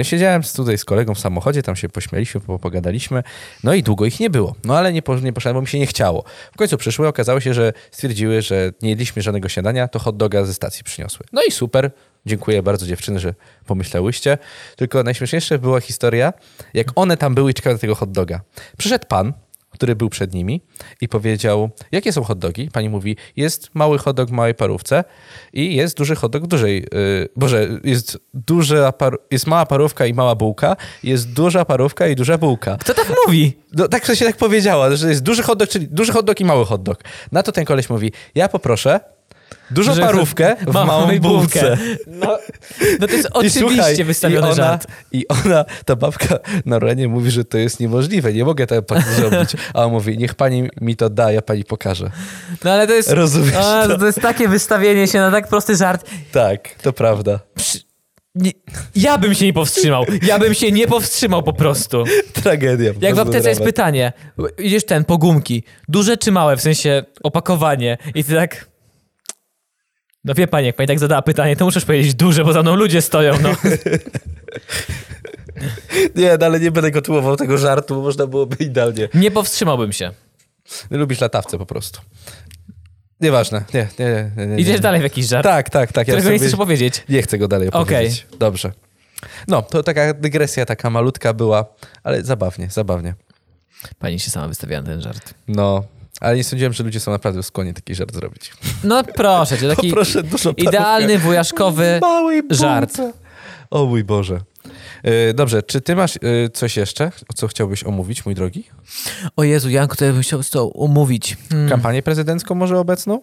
C: E, Siedziałem z- tutaj z kolegą w samochodzie, tam się pośmieliśmy, po- pogadaliśmy, no i długo ich nie było. No ale nie, posz- nie poszedłem, bo mi się nie chciało. W końcu przyszły, okazało się, że stwierdziły, że nie jedliśmy żadnego śniadania, to hot doga ze stacji przyniosły. No i super, dziękuję bardzo dziewczyny, że pomyślałyście. Tylko najśmieszniejsza była historia, jak one tam były i czekały na tego hot doga. Przyszedł pan, który był przed nimi i powiedział, jakie są hot dogi? Pani mówi, jest mały hot dog w małej parówce i jest duży hot dog w dużej, yy, boże, jest, duża par, jest mała parówka i mała bułka, jest duża parówka i duża bułka.
A: Kto tak mówi?
C: No, tak to się tak powiedziała, że jest duży hot dog, czyli duży hot dog i mały hot dog. Na to ten koleś mówi, ja poproszę dużą
A: Duży-
C: parówkę w
A: małą
C: małą
A: bułkę.
C: bułce.
A: No, no to jest
C: I słuchaj,
A: oczywiście
C: i
A: wystawiony
C: ona,
A: żart.
C: I ona, ta babka na Renie mówi, że to jest niemożliwe, nie mogę tak, tak zrobić. A on mówi, niech pani mi to da, ja pani pokażę.
A: No ale to jest...
C: Rozumiesz
A: A, no
C: to?
A: to jest takie wystawienie się na tak prosty żart.
C: Tak, to prawda.
A: Nie, ja bym się nie powstrzymał. Ja bym się nie powstrzymał po prostu.
C: Tragedia. po
A: Jak w
C: prostu
A: aptece jest
C: dramat.
A: pytanie, idziesz ten, pogumki, duże czy małe, w sensie opakowanie i ty tak... No wie pani, jak pani tak zadała pytanie, to muszę powiedzieć duże, bo za mną ludzie stoją, no.
C: Nie, no, ale nie będę kontynuował tego żartu, bo można byłoby idealnie.
A: Nie powstrzymałbym się.
C: Lubisz latawce po prostu. Nieważne. Nie, nie, nie. nie, nie.
A: Idziesz dalej w jakiś żart,
C: Tak, tak, tak.
A: którego nie chcesz
C: sobie...
A: opowiedzieć.
C: nie chcę go dalej
A: Okej.
C: opowiedzieć. Dobrze. No, to taka dygresja taka malutka była, ale zabawnie, zabawnie.
A: Pani się sama wystawiała na ten żart.
C: No, ale nie sądziłem, że ludzie są naprawdę skłonni taki żart zrobić.
A: No proszę cię, taki
C: Poproszę dużo parówkę.
A: idealny wujaszkowy...
C: Małej bułce.
A: żart.
C: O mój Boże. E, Dobrze, czy ty masz e, coś jeszcze, o co chciałbyś omówić, mój drogi?
A: O Jezu, Janku, to ja bym chciał z tobą umówić. Hmm.
C: Kampanię prezydencką może obecną?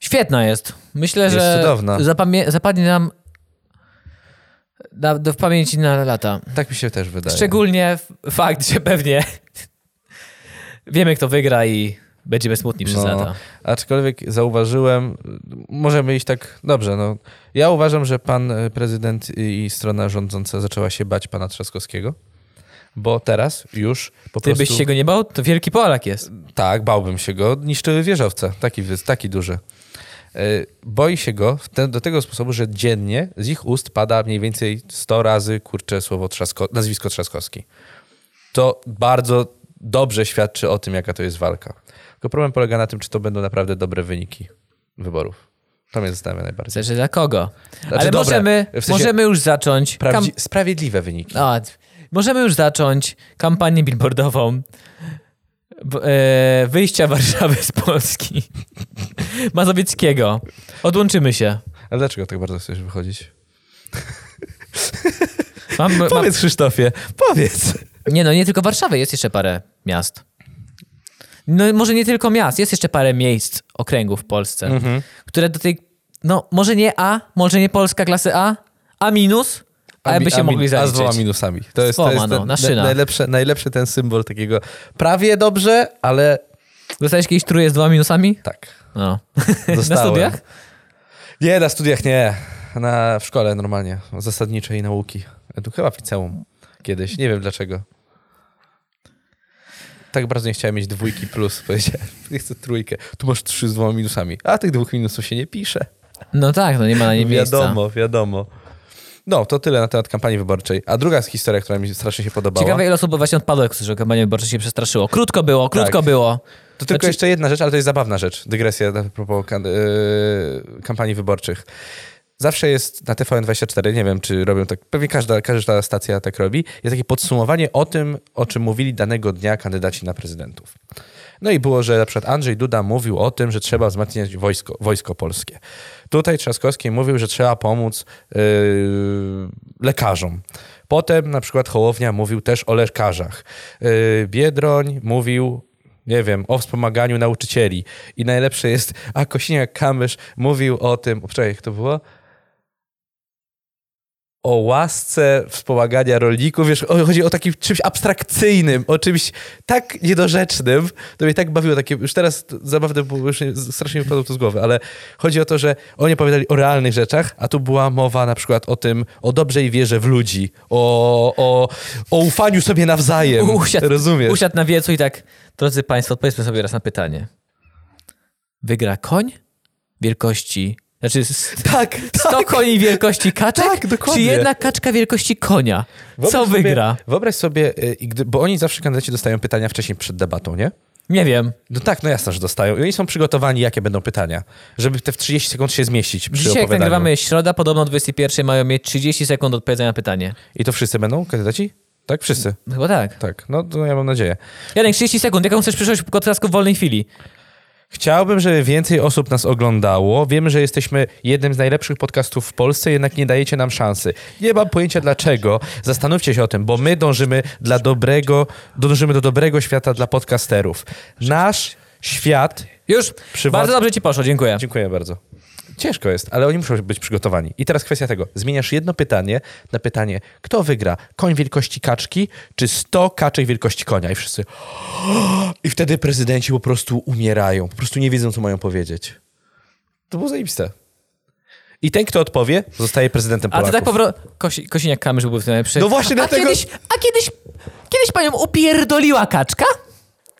A: Świetna jest. Myślę,
C: Jest
A: że
C: cudowna.
A: Zapamię- zapadnie nam na, do, w pamięci na lata.
C: Tak mi się też wydaje.
A: Szczególnie f- fakt, że pewnie wiemy, kto wygra i Będziemy smutni przez
C: No.
A: lata.
C: Aczkolwiek zauważyłem, y, możemy iść tak dobrze. No. Ja uważam, że pan y, prezydent i i strona rządząca zaczęła się bać pana Trzaskowskiego, bo teraz już po
A: Ty
C: prostu.
A: byś się go nie bał? To wielki Polak jest.
C: Tak, bałbym się go. Niszczyły wieżowce, taki, wy- taki duży. Y, Boi się go w ten, do tego sposobu, że dziennie z ich ust pada mniej więcej 100 razy kurcze słowo trzasko, nazwisko Trzaskowski. To bardzo dobrze świadczy o tym, jaka to jest walka. Tylko problem polega na tym, czy to będą naprawdę dobre wyniki wyborów. To mnie zastanawia najbardziej.
A: Zależy dla Znaczy, kogo. Ale
C: dobre,
A: możemy,
C: Znaczy, w sensie-
A: możemy już zacząć. Kam...
C: Prawdzi- Sprawiedliwe wyniki.
A: A, No, możemy już zacząć kampanię billboardową w- e, wyjścia Warszawy z Polski. Mazowieckiego. Odłączymy się.
C: Ale dlaczego tak bardzo chcesz wychodzić?
A: Mam, mam...
C: Powiedz Krzysztofie, powiedz.
A: Nie no, nie tylko Warszawy, jest jeszcze parę miast. No może nie tylko miast, jest jeszcze parę miejsc, okręgów w Polsce,
C: Mhm.
A: które do tej, no może nie A, może nie Polska klasy A, A minus, ale
C: mi-
A: by się
C: a mi-
A: mogli
C: A z dwoma
A: zaliczyć.
C: minusami. To jest, to
A: dwoma,
C: jest
A: no,
C: ten,
A: na
C: na
A: szynach.
C: najlepszy, najlepszy ten symbol takiego prawie dobrze, ale
A: Dostałeś kiedyś truje z dwoma minusami?
C: tak.
A: No. Na
C: Dostałem.
A: studiach?
C: Nie, na studiach nie. Na, w szkole normalnie, zasadniczej nauki. Tu chyba w liceum kiedyś, nie wiem dlaczego. Tak bardzo nie chciałem mieć dwójki plus, powiedziałem. Nie chcę trójkę. Tu masz trzy z dwoma minusami. A tych dwóch minusów się nie pisze.
A: No tak, no nie ma na nie miejsca.
C: Wiadomo, wiadomo. No, to tyle na temat kampanii wyborczej. A druga historia, która mi strasznie się podobała.
A: Ciekawe ile osób właśnie odpadło, jak słyszał kampanię wyborczą, się przestraszyło. Krótko było, krótko
C: Tak.
A: było.
C: To tylko
A: Znaczy-
C: jeszcze jedna rzecz, ale to jest zabawna rzecz. Dygresja na propos kan- yy, kampanii wyborczych. Zawsze jest na TVN24, nie wiem czy robią tak, pewnie każda, każda stacja tak robi, jest takie podsumowanie o tym, o czym mówili danego dnia kandydaci na prezydentów. No i było, że na przykład Andrzej Duda mówił o tym, że trzeba wzmacniać wojsko, wojsko polskie. Tutaj Trzaskowski mówił, że trzeba pomóc yy, lekarzom. Potem na przykład Hołownia mówił też o lekarzach. Yy, Biedroń mówił nie wiem, o wspomaganiu nauczycieli. I najlepsze jest, a Kosiniak-Kamysz mówił o tym, o, czekaj, jak to było? O łasce wspomagania rolników, wiesz, o, chodzi o takim czymś abstrakcyjnym, o czymś tak niedorzecznym, to mnie tak bawiło takie, już teraz to zabawne, bo już nie- strasznie mi padło to z głowy, ale chodzi o to, że oni opowiadali o realnych rzeczach, a tu była mowa na przykład o tym, o dobrej wierze w ludzi, o, o, o ufaniu sobie nawzajem,
A: Usiadł,
C: rozumiesz?
A: usiadł na wiecu i tak, drodzy Państwo, odpowiedzmy sobie raz na pytanie. Wygra koń wielkości, znaczy s-
C: Tak,
A: sto koni wielkości kaczek,
C: Tak, dokładnie.
A: czy jedna kaczka wielkości konia? Co
C: Wyobraź
A: wygra?
C: Sobie, wyobraź sobie, y, i gdy, bo oni zawsze kandydaci dostają pytania wcześniej przed debatą, nie?
A: Nie wiem.
C: No tak, no jasne, że dostają. I oni są przygotowani, jakie będą pytania, żeby te w 30 sekund się zmieścić przy
A: Dzisiaj jak
C: opowiadaniu.
A: nagrywamy środa, podobno o 21 mają mieć 30 sekund odpowiedzenia na pytanie.
C: I to wszyscy będą kandydaci? Tak, wszyscy.
A: Chyba tak.
C: Tak, no to ja mam nadzieję.
A: Janek, 30 sekund. Jaką chcesz przyszłość podcastku w wolnej chwili?
C: Chciałbym, żeby więcej osób nas oglądało. Wiemy, że jesteśmy jednym z najlepszych podcastów w Polsce, jednak nie dajecie nam szansy. Nie mam pojęcia dlaczego. Zastanówcie się o tym, bo my dążymy dla dobrego, dążymy do dobrego świata dla podcasterów. Nasz świat
A: Już.
C: Przywa-
A: Bardzo dobrze ci poszło, dziękuję.
C: Dziękuję bardzo. Ciężko jest, ale oni muszą być przygotowani. I teraz kwestia tego. Zmieniasz jedno pytanie na pytanie, kto wygra? Koń wielkości kaczki, czy 100 kaczek wielkości konia? I wszyscy... "Oh!" I wtedy prezydenci po prostu umierają. Po prostu nie wiedzą, co mają powiedzieć. To było zajebiste. I ten, kto odpowie, zostaje prezydentem
A: A
C: Polaków.
A: ty tak powro... Kosi, Kosiniak Kamysz byłby w tym najlepszy.
C: No właśnie
A: a
C: dlatego-
A: Kiedyś, a kiedyś, kiedyś panią upierdoliła kaczka?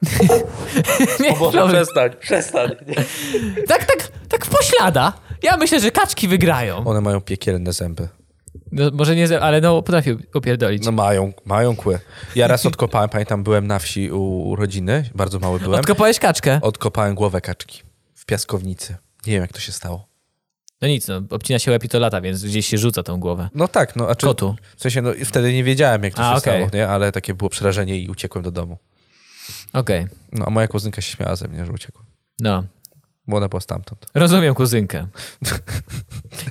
A: Nie, problem.
B: przestań, przestań.
A: tak, tak, tak w poślada. Ja myślę, że kaczki wygrają.
C: One mają piekielne zęby.
A: No, może nie, ze- ale no potrafił upierdolić.
C: No mają, mają kły. Ja raz odkopałem, pamiętam, byłem na wsi u u rodziny, bardzo mały byłem.
A: Odkopałeś kaczkę?
C: Odkopałem głowę kaczki w piaskownicy. Nie wiem, jak to się stało.
A: No nic, no, obcina się łeb i to lata, więc gdzieś się rzuca tą głowę.
C: No tak, no a czy,
A: Kotu.
C: W sensie, no i wtedy nie wiedziałem, jak to
A: A,
C: się
A: okej.
C: stało, nie? ale takie było przerażenie i uciekłem do domu.
A: Okej,
C: No a moja kuzynka się śmiała ze mnie, że uciekłem.
A: no.
C: Bo ona była stamtąd.
A: Rozumiem kuzynkę.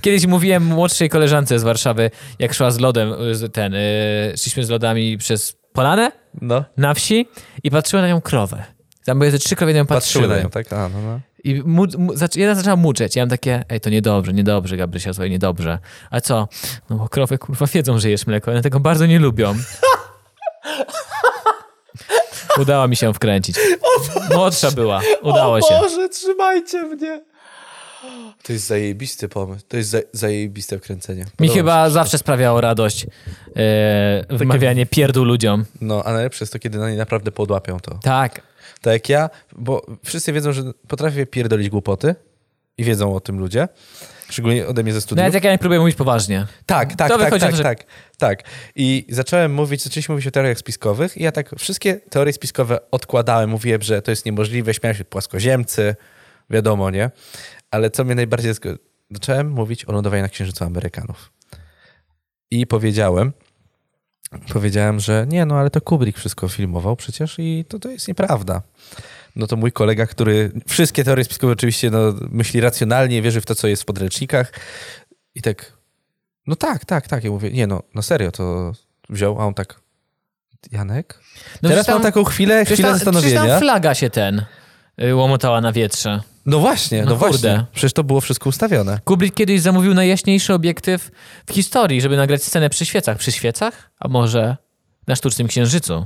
A: Kiedyś mówiłem młodszej koleżance z Warszawy, jak szła z lodem, y, z- ten, y, szliśmy z lodami przez polanę,
C: No.
A: na wsi i patrzyły na nią krowę. Tam były ze trzy krowy, na nią patrzyły.
C: Patrzyły na nią, tak? A, no, no.
A: I mu, mu, zac- jedna zaczęła muczeć. Ja mam takie, ej, to niedobrze, niedobrze, Gabrysia, słuchaj, niedobrze. A co? No bo krowy, kurwa, wiedzą, że jesz mleko, one tego bardzo nie lubią. Udało mi się wkręcić. Młodsza była. Udało się.
C: Boże, trzymajcie mnie. To jest zajebisty pomysł. To jest za, zajebiste wkręcenie.
A: Mi
C: Podoba
A: chyba zawsze sprawiało radość e, yy, wymawianie pierdół ludziom.
C: No, a najlepsze jest to, kiedy oni naprawdę podłapią to.
A: Tak.
C: Tak jak ja, bo wszyscy wiedzą, że potrafię pierdolić głupoty i wiedzą o tym ludzie. Szczególnie ode mnie ze studiów.
A: Nawet jak No ja nie próbuję mówić poważnie. No
C: Tak, tak,
A: To
C: tak,
A: wychodzi na
C: tak,
A: to, że-
C: tak, tak. I zacząłem mówić, zaczęliśmy mówić o teoriach spiskowych i ja tak wszystkie teorie spiskowe odkładałem, mówiłem, że to jest niemożliwe, śmiałem się płaskoziemcy, wiadomo, nie? Ale co mnie najbardziej... zgo- Zacząłem mówić o lądowaniu na Księżycu Amerykanów. I powiedziałem, powiedziałem, że nie, no ale to Kubrick wszystko filmował przecież i to, to jest nieprawda. No to mój kolega, który wszystkie teorie spiskowe oczywiście no, myśli racjonalnie, wierzy w to, co jest w podręcznikach i tak no tak, tak, tak. Ja mówię, nie no, na serio to wziął, a on tak, Janek?
A: No
C: Teraz
A: przecież
C: mam taką chwilę,
A: przecież
C: chwilę
A: tam- Przecież
C: zastanowienia.
A: tam flaga się ten y, łomotała na wietrze.
C: No właśnie, no,
A: No kurde.
C: właśnie. Przecież to było wszystko ustawione.
A: Kubrick kiedyś zamówił najjaśniejszy obiektyw w historii, żeby nagrać scenę przy świecach. Przy świecach? A może na sztucznym księżycu?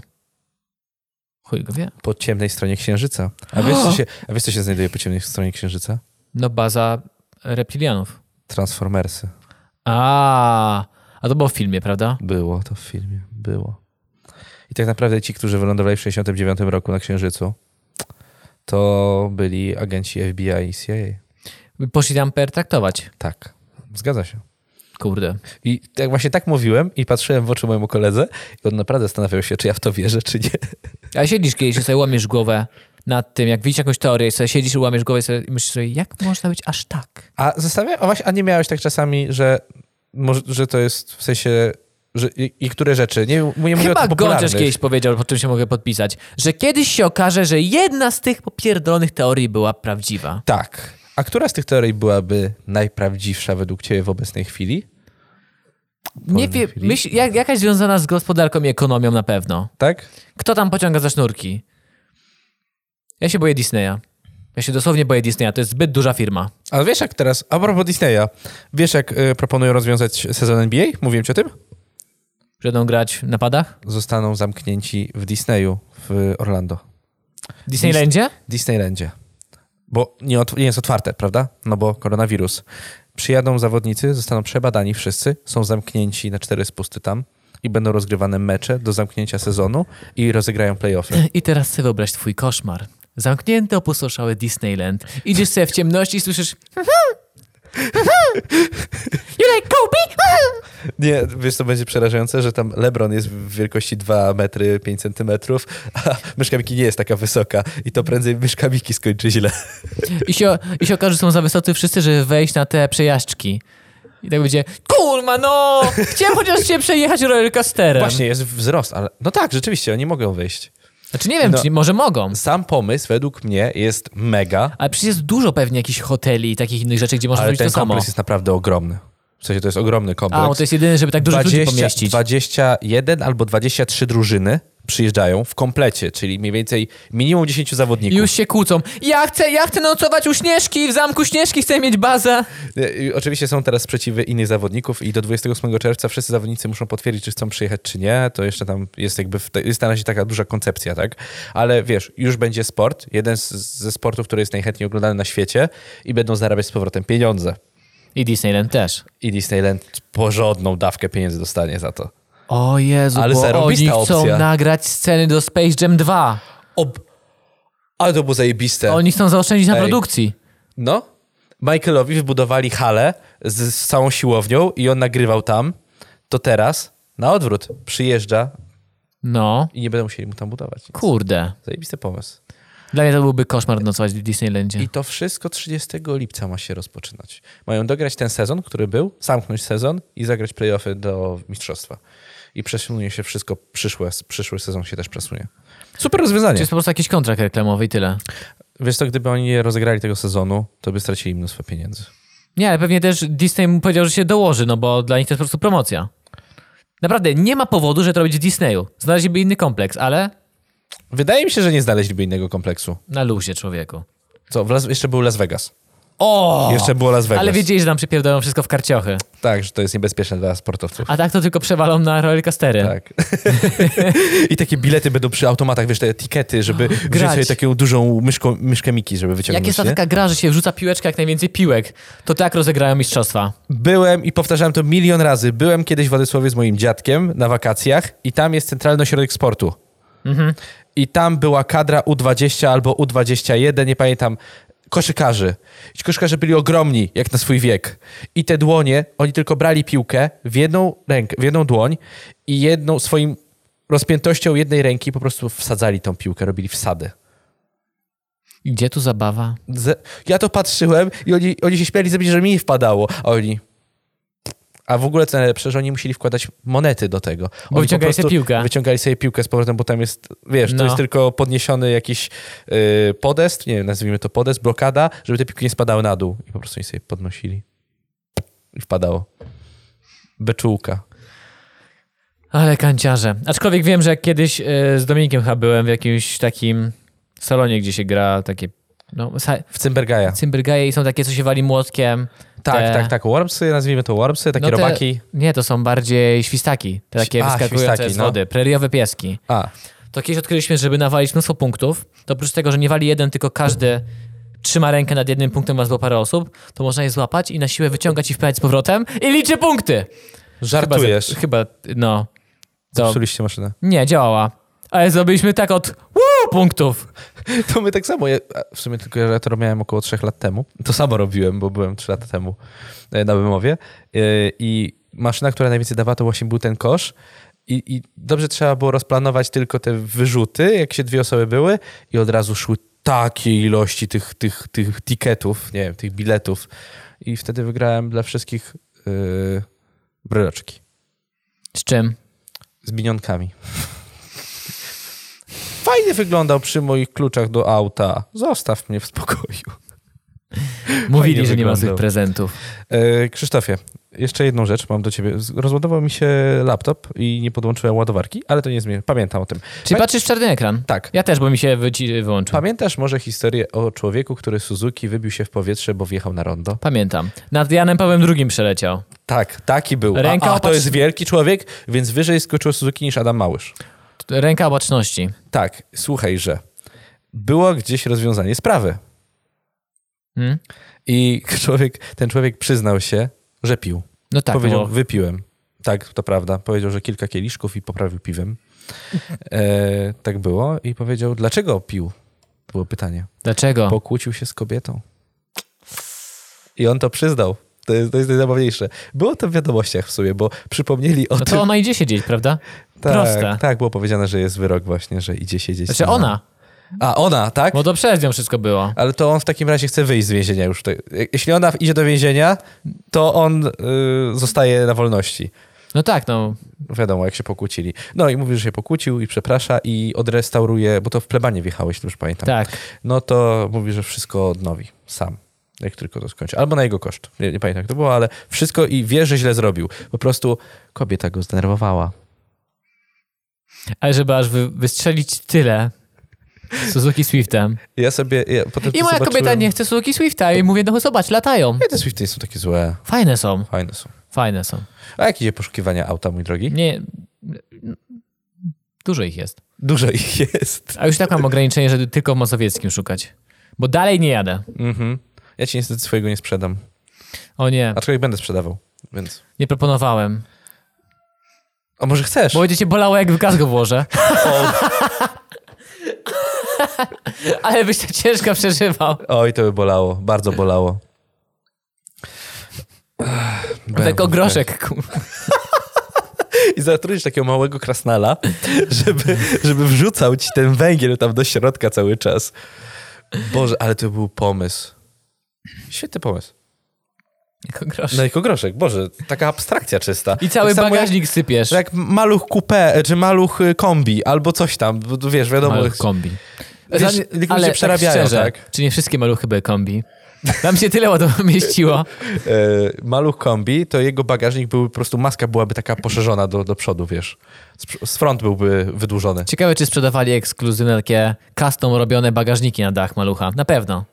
A: Chuj go wie.
C: Po ciemnej stronie księżyca. A wiesz, co się, a wiesz, co się znajduje po ciemnej stronie księżyca?
A: No baza reptilianów.
C: Transformersy.
A: A, a to było w filmie, prawda?
C: Było to w filmie, było. I tak naprawdę ci, którzy wylądowali w 69 roku na księżycu, to byli agenci FBI i CIA.
A: Poszli tam pertraktować.
C: Tak, zgadza się.
A: Kurde.
C: I tak właśnie tak mówiłem i patrzyłem w oczy mojemu koledze i on naprawdę zastanawiał się, czy ja w to wierzę, czy nie.
A: A siedzisz kiedyś i sobie łamiesz głowę nad tym, jak widzisz jakąś teorię i sobie siedzisz i łamiesz głowę i, sobie, i myślisz sobie, jak można być aż tak?
C: A zastanawiam, a właśnie, a nie miałeś tak czasami, że, może, że to jest w sensie, że i, i które rzeczy, nie, nie mówię o
A: Chyba
C: tych popularnych.
A: Gąciarz kiedyś powiedział, po czym się mogę podpisać, że kiedyś się okaże, że jedna z tych popierdolonych teorii była prawdziwa.
C: Tak. A która z tych teorii byłaby najprawdziwsza według ciebie w obecnej chwili?
A: Nie wiem,
C: Filip.
A: myśl, jak, jakaś związana z gospodarką i ekonomią na pewno.
C: Tak?
A: Kto tam pociąga za sznurki? Ja się boję Disneya. Ja się dosłownie boję Disneya, to jest zbyt duża firma.
C: Ale wiesz jak teraz, a propos Disneya, wiesz jak y, proponują rozwiązać sezon NBA? Mówiłem ci o tym?
A: Że będą grać w napadach?
C: Zostaną zamknięci w Disneyu w Orlando.
A: W Disneylandzie?
C: Disneylandzie. Bo nie, otw- nie jest otwarte, prawda? No bo koronawirus. Przyjadą zawodnicy, zostaną przebadani wszyscy, są zamknięci na cztery spusty tam i będą rozgrywane mecze do zamknięcia sezonu i rozegrają playoffy.
A: I teraz sobie wyobraź twój koszmar. Zamknięty, opustoszały Disneyland. Idziesz sobie w ciemności i słyszysz... You like Kobe?
C: Nie, wiesz co będzie przerażające, że tam LeBron jest w wielkości 2 metry 5 centymetrów, a myszka Miki nie jest taka wysoka i to prędzej myszka Miki skończy źle.
A: I się, I się okaże, że są za wysocy wszyscy, żeby wejść na te przejażdżki. I tak będzie, kurma no! Chciałem chociaż się przejechać rollercoasterem.
C: Właśnie, jest wzrost, ale no tak, rzeczywiście, oni mogą wyjść.
A: Znaczy nie wiem,
C: No.
A: czy nie- może mogą.
C: Sam pomysł według mnie jest mega,
A: Ale przecież jest dużo pewnie jakichś hoteli i takich innych rzeczy, gdzie można
C: Ale
A: zrobić
C: ten
A: to samo.
C: kompleks jest naprawdę ogromny. W sensie to jest ogromny kompleks.
A: A, bo to jest jedyny, żeby tak dużo ludzi pomieścić.
C: 21 albo 23 drużyny przyjeżdżają w komplecie, czyli mniej więcej minimum 10 zawodników.
A: Już się kłócą. Ja chcę, ja chcę nocować u Śnieżki, w zamku Śnieżki chcę mieć bazę.
C: Y, y, Oczywiście są teraz sprzeciwy innych zawodników i do 28 czerwca wszyscy zawodnicy muszą potwierdzić, czy chcą przyjechać, czy nie. To jeszcze tam jest jakby, w te, jest na razie taka duża koncepcja, tak? Ale wiesz, już będzie sport, jeden z, ze sportów, który jest najchętniej oglądany na świecie i będą zarabiać z powrotem pieniądze.
A: I Disneyland też.
C: I Disneyland porządną dawkę pieniędzy dostanie za to.
A: O Jezu,
C: Ale
A: bo oni
C: zarąbista
A: chcą
C: opcja.
A: nagrać sceny do Space Jam 2.
C: Ob... Ale to było zajebiste.
A: Oni chcą zaoszczędzić na
C: Tak. Ej.
A: produkcji.
C: No. Michaelowi wybudowali halę z, z całą siłownią i on nagrywał tam. To teraz na odwrót przyjeżdża
A: No,
C: i nie będą musieli mu tam budować. nic.
A: kurde.
C: Zajebisty pomysł.
A: Dla mnie to byłby koszmar nocować w Disneylandzie.
C: I to wszystko 30 lipca ma się rozpoczynać. Mają dograć ten sezon, który był, zamknąć sezon i zagrać playoffy do mistrzostwa. I przesunie się wszystko, przyszłe, przyszły sezon się też przesunie. Super rozwiązanie.
A: Czy jest po prostu jakiś kontrakt reklamowy i tyle?
C: Wiesz co, gdyby oni nie rozegrali tego sezonu, to by stracili mnóstwo pieniędzy.
A: Nie, ale pewnie też Disney mu powiedział, że się dołoży, no bo dla nich to jest po prostu promocja. Naprawdę, nie ma powodu, żeby to robić w Disneyu. Znaleźliby inny kompleks, ale
C: Wydaje mi się, że nie znaleźliby innego kompleksu.
A: na luzie człowieku.
C: Co, w Las- jeszcze był Las Vegas.
A: O!
C: Jeszcze było Las Vegas.
A: Ale wiedzieli, że nam przypierdolą wszystko w karciochy.
C: Tak, że to jest niebezpieczne dla sportowców.
A: A tak to tylko przewalą na rollercoastery.
C: Tak. I takie bilety będą przy automatach, wiesz, te etykiety, żeby wziąć
A: grać.
C: sobie taką dużą myszką, myszkę Miki, żeby wyciągnąć.
A: Jak jest ta
C: nie?
A: taka gra, że się rzuca piłeczka jak najwięcej piłek, to tak rozegrają mistrzostwa.
C: Byłem i powtarzałem to milion razy. Byłem kiedyś w Władysławie z moim dziadkiem na wakacjach i tam jest Centralny Ośrodek Sportu. I tam była kadra U20 albo U21, nie pamiętam, koszykarzy. Ci koszykarze byli ogromni, jak na swój wiek. I te dłonie, oni tylko brali piłkę w jedną rękę, w jedną dłoń i jedną swoim rozpiętością jednej ręki po prostu wsadzali tą piłkę, robili wsady.
A: I Gdzie tu zabawa?
C: Ze- Ja to patrzyłem i oni, oni się śmiali ze mnie, że mi nie wpadało. A oni... A w ogóle co najlepsze, że oni musieli wkładać monety do tego. Oni po
A: wyciągali sobie
C: prostu
A: piłkę.
C: Wyciągali sobie piłkę z powrotem, bo tam jest, wiesz, to
A: No.
C: jest tylko podniesiony jakiś yy, podest, nie wiem, nazwijmy to podest, blokada, żeby te piłki nie spadały na dół. I po prostu oni sobie podnosili. I wpadało. Beczułka.
A: Ale kanciarze. Aczkolwiek wiem, że jak kiedyś e, z Dominikiem chyba byłem w jakimś takim salonie, gdzie się gra takie no, sa-
C: W Cymbergaja.
A: cymbergaje i są takie, co się wali młotkiem.
C: Tak,
A: te-
C: tak, tak. Wormsy, nazwijmy to wormsy, takie
A: No te-
C: robaki.
A: Nie, to są bardziej świstaki. Te takie
C: A,
A: wyskakujące
C: świstaki,
A: z
C: no.
A: wody. Preriowe pieski.
C: A,
A: To kiedyś odkryliśmy, że żeby nawalić mnóstwo punktów, to oprócz tego, że nie wali jeden, tylko każdy trzyma rękę nad jednym punktem, was było parę osób, to można je złapać i na siłę wyciągać i wpychać z powrotem i liczy punkty! Chyba za-
C: żartujesz.
A: Chyba, no. To,
C: Zepsuliście maszynę.
A: nie, działała. Ale zrobiliśmy tak od woo, punktów.
C: To my tak samo, ja, a w sumie tylko ja to miałem około 3 lat temu. To samo robiłem, bo byłem 3 lata temu e, na wymowie. E, I maszyna, która najwięcej dawała, to właśnie był ten kosz. I, I dobrze trzeba było rozplanować tylko te wyrzuty, jak się dwie osoby były i od razu szły takie ilości tych, tych, tych tiketów, nie wiem, tych biletów. I wtedy wygrałem dla wszystkich yy, bryloczki
A: Z czym?
C: z minionkami. Fajnie wyglądał przy moich kluczach do auta. Zostaw mnie w spokoju.
A: Mówili,
C: Fajnie
A: że nie ma
C: wyglądał.
A: złych prezentów.
C: E, Krzysztofie, jeszcze jedną rzecz mam do ciebie. Z- Rozładował mi się laptop i nie podłączyłem ładowarki, ale to nie zmienia. Pamiętam o tym.
A: Czyli patrzysz w czarny ekran?
C: Tak.
A: Ja też, bo mi się wyci- wyłączył.
C: Pamiętasz może historię o człowieku, który Suzuki wybił się w powietrze, bo wjechał na rondo?
A: Pamiętam. Nad Janem Pawłem II przeleciał.
C: Tak, taki był.
A: Ręka
C: a, a to
A: opatrzy-
C: jest wielki człowiek, więc wyżej skoczył Suzuki niż Adam Małysz.
A: Ręka opatrzności.
C: Tak, słuchaj, że było gdzieś rozwiązanie sprawy.
A: Hmm?
C: I człowiek, ten człowiek przyznał się, że pił.
A: No tak,
C: powiedział,
A: bo
C: wypiłem. Tak, to prawda. Powiedział, że kilka kieliszków i poprawił piwem. E, tak było. I powiedział, dlaczego pił? To było pytanie.
A: dlaczego?
C: Pokłócił się z kobietą. I on to przyznał. To jest, to jest najzabawniejsze. Było to w wiadomościach w sumie, bo przypomnieli o
A: No
C: tym.
A: to ona idzie siedzieć, prawda?
C: tak,
A: proste.
C: tak, było powiedziane, że jest wyrok właśnie, że idzie siedzieć.
A: Znaczy
C: na-
A: ona,
C: A, ona, tak?
A: bo to przez nią wszystko było.
C: Ale to on w takim razie chce wyjść z więzienia już. To- Jeśli ona idzie do więzienia, to on y, zostaje na wolności.
A: No tak, no.
C: Wiadomo, jak się pokłócili. No i mówi, że się pokłócił i przeprasza i odrestauruje, bo to w plebanie wjechałeś, już pamiętam.
A: Tak.
C: No to mówi, że wszystko odnowi sam, jak tylko to skończy. Albo na jego koszt. Nie, nie pamiętam jak to było, ale wszystko i wie, że źle zrobił. Po prostu kobieta go zdenerwowała.
A: Ale żeby aż wy, wystrzelić tyle z Suzuki Swiftem.
C: Ja sobie... Ja potem
A: I
C: No to
A: moja
C: zobaczyłem.
A: kobieta nie chce Suzuki Swifta i mówię, no zobacz, latają.
C: Nie, te Swifty są takie złe.
A: Fajne są,
C: Fajne są.
A: fajne są.
C: A jak idzie poszukiwania auta, mój drogi?
A: Nie... Dużo ich jest.
C: Dużo ich jest.
A: A już tak mam ograniczenie, że tylko w mazowieckim szukać. Bo dalej nie jadę.
C: Mhm. Ja ci niestety swojego nie sprzedam.
A: O nie,
C: Aczkolwiek będę sprzedawał, więc.
A: nie proponowałem.
C: A może chcesz?
A: Bo będzie cię bolało, jak w gaz go włożę. Ale byś to ciężko przeżywał.
C: Oj, to by bolało, bardzo bolało. Ech,
A: Tylko
C: BMW.
A: groszek. ku-
C: I zatrudnisz takiego małego krasnala, żeby, żeby wrzucał ci ten węgiel tam do środka cały czas. Boże, ale to był pomysł. Świetny pomysł.
A: Tylko groszek.
C: No jako groszek, Boże, taka abstrakcja czysta.
A: I cały
C: Tak samo
A: bagażnik sypiesz.
C: Jak, jak maluch coupé, czy maluch y, kombi, albo coś tam, bo tu wiesz, wiadomo.
A: Maluch kombi.
C: Wiesz,
A: Za-
C: tylko się przerabiają, tak?
A: Czy nie wszystkie maluchy były kombi? Tam się tyle ładowo mieściło.
C: e, maluch kombi, to jego bagażnik był po prostu, maska byłaby taka poszerzona do, do przodu, wiesz. Z, pr- z front byłby wydłużony.
A: Ciekawe, czy sprzedawali ekskluzywne takie custom robione bagażniki na dach malucha. Na pewno.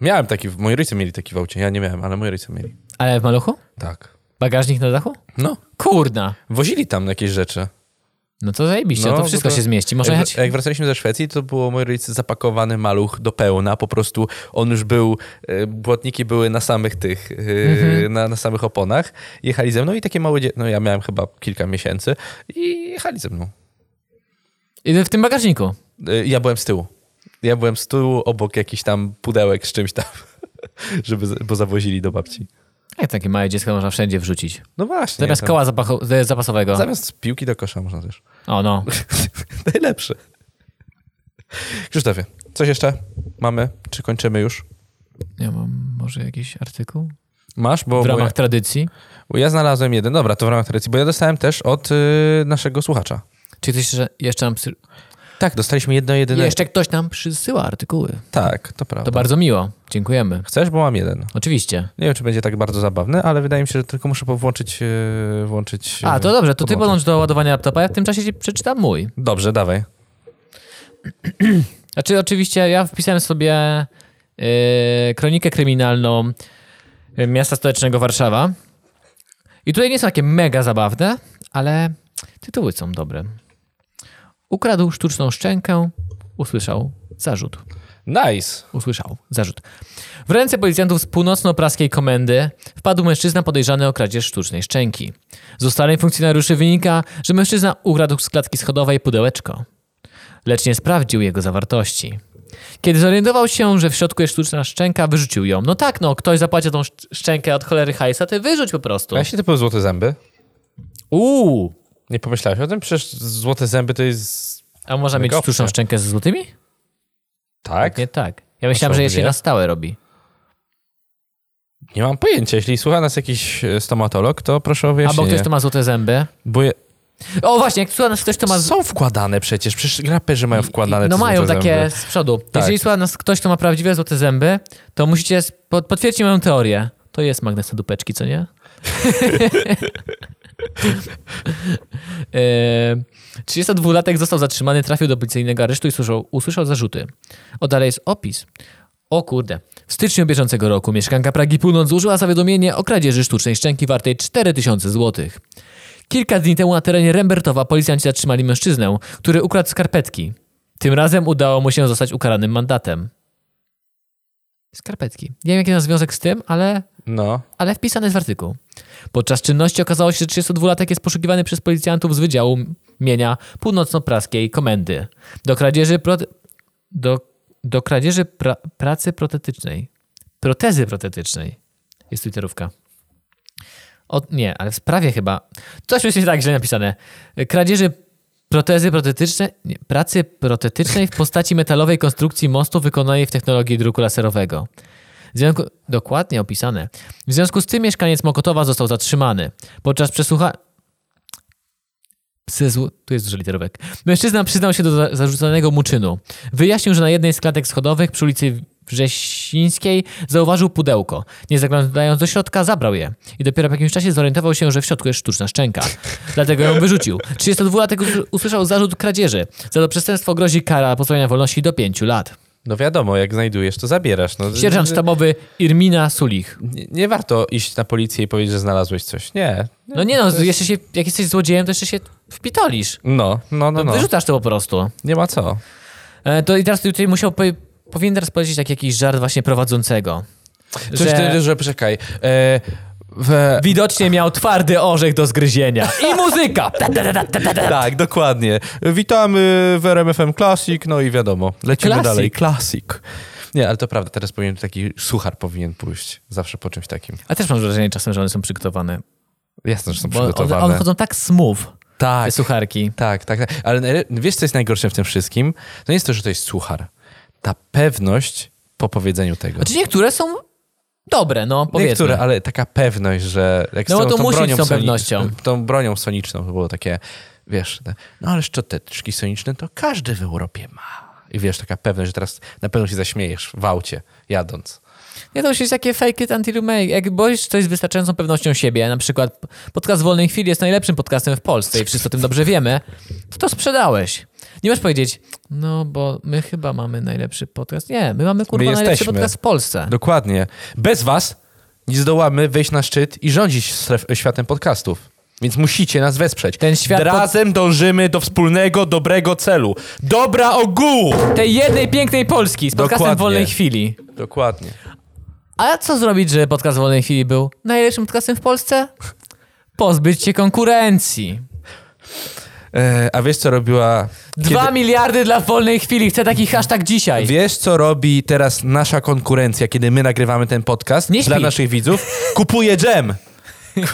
C: Miałem taki, moi rodzice mieli taki w aucie, ja nie miałem, ale moi rodzice mieli.
A: Ale w maluchu?
C: Tak.
A: Bagażnik na dachu?
C: No,
A: Kurna!
C: wozili tam jakieś rzeczy.
A: No to zajebiście,
C: No,
A: no, to wszystko
C: bo to-
A: się zmieści. Można
C: Jak,
A: jechać?
C: jak wracaliśmy ze Szwecji, to było moi rodzice zapakowany maluch do pełna, po prostu on już był, e, błotniki były na samych tych, e, na, na samych oponach. Jechali ze mną i takie małe, dzie- no ja miałem chyba kilka miesięcy i jechali ze mną.
A: I w tym bagażniku.
C: E, Ja byłem z tyłu. Ja byłem z tyłu obok jakichś tam pudełek z czymś tam, żeby, z- bo zawozili do babci.
A: Jak takie małe dziecko można wszędzie wrzucić?
C: No właśnie.
A: Zamiast
C: tam-
A: koła zapacho- e, zapasowego.
C: Zamiast piłki do kosza można też.
A: O no.
C: Najlepsze. Krzysztofie, coś jeszcze mamy? Czy kończymy już?
A: Ja mam może jakiś artykuł?
C: Masz? Bo,
A: W
C: bo, ja,
A: ramach tradycji.
C: bo ja znalazłem jeden. Dobra, to w ramach tradycji, bo ja dostałem też od y, naszego słuchacza.
A: Czy ktoś jeszcze, jeszcze nam psy...
C: Tak, dostaliśmy jedno jedyne.
A: Jeszcze ktoś nam przysyła artykuły.
C: Tak, to
A: To
C: prawda.
A: bardzo miło. Dziękujemy.
C: Chcesz, bo mam jeden.
A: Oczywiście.
C: Nie wiem, czy będzie tak bardzo zabawny, ale wydaje mi się, że tylko muszę powłączyć, y, włączyć... y,
A: A, to dobrze, to ty
C: podłączyć.
A: podłącz do ładowania laptopa, ja w tym czasie ci przeczytam mój.
C: Dobrze, dawaj.
A: Znaczy, oczywiście, ja wpisałem sobie y, kronikę kryminalną y, miasta stołecznego Warszawa. I tutaj nie są takie mega zabawne, ale tytuły są dobre. Ukradł sztuczną szczękę, usłyszał zarzut.
C: Nice.
A: Usłyszał zarzut. W ręce policjantów z północno-praskiej komendy wpadł mężczyzna podejrzany o kradzież sztucznej szczęki. Z ustaleń funkcjonariuszy wynika, że mężczyzna ukradł z klatki schodowej pudełeczko, lecz nie sprawdził jego zawartości. Kiedy zorientował się, że w środku jest sztuczna szczęka, wyrzucił ją. No tak, no, ktoś zapłaci tą szcz- szczękę od cholery hajsa, ty wyrzuć po prostu.
C: A jeśli to były złote zęby?
A: Uuu,
C: Nie pomyślałeś o tym? Przecież złote zęby to jest...
A: a można mieć
C: Wygopcie.
A: sztuczną szczękę ze złotymi?
C: Tak?
A: Nie
C: Nie,
A: tak. Ja myślałem,
C: co,
A: że je się
C: dwie?
A: na stałe robi.
C: nie mam pojęcia. Jeśli słucha nas jakiś y, stomatolog, to proszę o wyjaśnienie.
A: Albo ktoś, kto ma złote zęby.
C: Bo je...
A: O właśnie, jak słucha nas ktoś, kto ma
C: Są wkładane przecież, przecież raperzy mają wkładane
A: No
C: te
A: mają
C: złote
A: takie
C: zęby.
A: z przodu.
C: Tak.
A: Jeżeli słucha nas ktoś, kto ma prawdziwe złote zęby, to musicie s- po- potwierdzić moją teorię. To jest magnes na dupeczki, co nie? Eee, 32-latek został zatrzymany, trafił do policyjnego aresztu i usłyszał, usłyszał zarzuty. O, dalej jest opis. O kurde. W styczniu bieżącego roku mieszkanka Pragi Północ złożyła zawiadomienie o kradzieży sztucznej szczęki wartej 4000 złotych. Kilka dni temu na terenie Rembertowa policjanci zatrzymali mężczyznę, który ukradł skarpetki. Tym razem udało mu się zostać ukaranym mandatem. Skarpetki. Nie wiem, jaki ma związek z tym, ale,
C: No.
A: ale wpisane jest w artykuł. Podczas czynności okazało się, że 32-latek jest poszukiwany przez policjantów z Wydziału Mienia Północno-Praskiej Komendy. Do kradzieży, pro... do... Do kradzieży pra... pracy protetycznej. Protezy protetycznej. Jest literówka. O, nie, ale w sprawie chyba. Coś jest tak źle napisane. Kradzieży protezy protetycznej, nie, pracy protetycznej w postaci metalowej konstrukcji mostu wykonanej w technologii druku laserowego. W związku, dokładnie opisane. W związku z tym mieszkaniec Mokotowa został zatrzymany. Podczas przesłucha... Psy zł... Tu jest dużo literówek. Mężczyzna przyznał się do za- zarzucanego mu czynu. Wyjaśnił, że na jednej z klatek schodowych przy ulicy Wrzesińskiej zauważył pudełko. Nie zaglądając do środka, zabrał je. I dopiero po jakimś czasie zorientował się, że w środku jest sztuczna szczęka. Dlatego ją wyrzucił. 32-latek us- usłyszał zarzut kradzieży. Za to przestępstwo grozi kara pozbawienia wolności do 5 lat.
C: No wiadomo, jak znajdujesz, to zabierasz. No,
A: Sierżant sztabowy Irmina Sulich.
C: nie, nie warto iść na policję i powiedzieć, że znalazłeś coś. Nie.
A: No nie no, jeszcze się, jak jesteś złodziejem, to jeszcze się wpitolisz.
C: No, no, no, no.
A: Wyrzucasz to po prostu.
C: Nie ma co.
A: E, To i teraz tutaj musiał, powie- powinien teraz powiedzieć taki jakiś żart właśnie prowadzącego.
C: Coś
A: że
C: ty, że czekaj. E, w,
A: widocznie miał twardy orzech do zgryzienia. I muzyka! Ta, ta, ta, ta, ta, ta, ta.
C: tak, dokładnie. Witamy w RMFM Classic, no i wiadomo, lecimy
A: Classic.
C: dalej. Classic. Nie, ale to prawda, teraz powinien taki suchar powinien pójść zawsze po czymś takim.
A: A też mam wrażenie czasem, że one są przygotowane.
C: Jasne, że są
A: Bo one,
C: przygotowane.
A: one chodzą tak smooth, te
C: tak,
A: sucharki.
C: tak, tak, tak. Ale najle- wiesz, co jest najgorsze w tym wszystkim? To nie jest to, że to jest suchar. Ta pewność po powiedzeniu tego.
A: Znaczy niektóre są dobre, no powiedzmy.
C: Niektóre, ale taka pewność, że jak
A: No
C: z
A: bo
C: tą,
A: to
C: tą
A: musi
C: bronią
A: z tą
C: soni-
A: pewnością.
C: Tą bronią soniczną to było takie, wiesz, te- no ale szczoteczki soniczne to każdy w Europie ma. I wiesz, taka pewność, że teraz na pewno się zaśmiejesz w aucie, jadąc.
A: Nie, to już jest takie fake it until you make. Jak boisz coś z wystarczającą pewnością siebie, na przykład podcast Wolnej Chwili jest najlepszym podcastem w Polsce i wszyscy o tym dobrze wiemy, to to sprzedałeś. Nie możesz powiedzieć, no bo my chyba mamy najlepszy podcast. Nie, my mamy kurwa
C: My
A: najlepszy
C: jesteśmy.
A: podcast w Polsce.
C: Dokładnie. Bez was nie zdołamy wejść na szczyt i rządzić stref, światem podcastów. Więc musicie nas wesprzeć.
A: Ten świat pod-
C: Razem dążymy do wspólnego, dobrego celu. Dobra ogółu!
A: Tej jednej pięknej Polski z podcastem
C: Dokładnie.
A: Wolnej Chwili.
C: Dokładnie.
A: A co zrobić, żeby podcast Wolnej Chwili był najlepszym podcastem w Polsce? Pozbyć się konkurencji.
C: E, a wiesz, co robiła...
A: Dwa
C: kiedy-
A: miliardy dla Wolnej Chwili. Chcę taki hashtag dzisiaj.
C: Wiesz, co robi teraz nasza konkurencja, kiedy my nagrywamy ten podcast
A: Nie
C: dla
A: śpi.
C: naszych widzów? Kupuje dżem. Kurwa,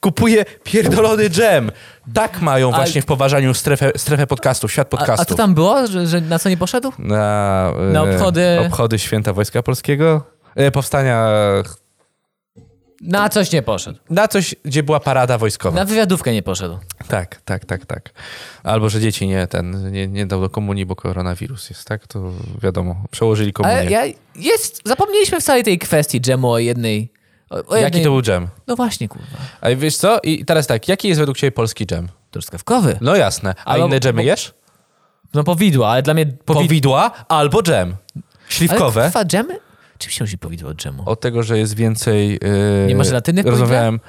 C: Kupuje pierdolony dżem. Tak mają
A: A-
C: właśnie w poważaniu strefę, strefę podcastów, świat
A: A,
C: podcastów.
A: a co tam było, że, że na co nie poszedł?
C: Na, e,
A: Na obchody-
C: obchody Święta Wojska Polskiego. E, powstania...
A: Na coś nie poszedł.
C: Na coś, gdzie była parada wojskowa.
A: Na wywiadówkę nie poszedł.
C: Tak, tak, tak, tak. Albo, że dzieci nie ten, nie, nie dał do komunii, bo koronawirus jest, tak? To wiadomo, przełożyli komunię.
A: Ale ja, jest, zapomnieliśmy w całej tej kwestii dżemu o jednej... O, o
C: Jaki
A: jednej-
C: to był dżem?
A: No właśnie, kurwa.
C: A wiesz co? I teraz tak, jaki jest według ciebie polski dżem?
A: Truskawkowy.
C: No jasne. A
A: Ale-
C: inne dżemy
A: bo-
C: jesz?
A: No powidła, ale dla mnie... Powi...
C: Powidła albo dżem. Śliwkowe.
A: Ale kurwa, dżemy? Czym się różni powidło od dżemu?
C: Od tego, że jest więcej... Yy,
A: Nie ma żelatyny w
C: Rozmawiałem.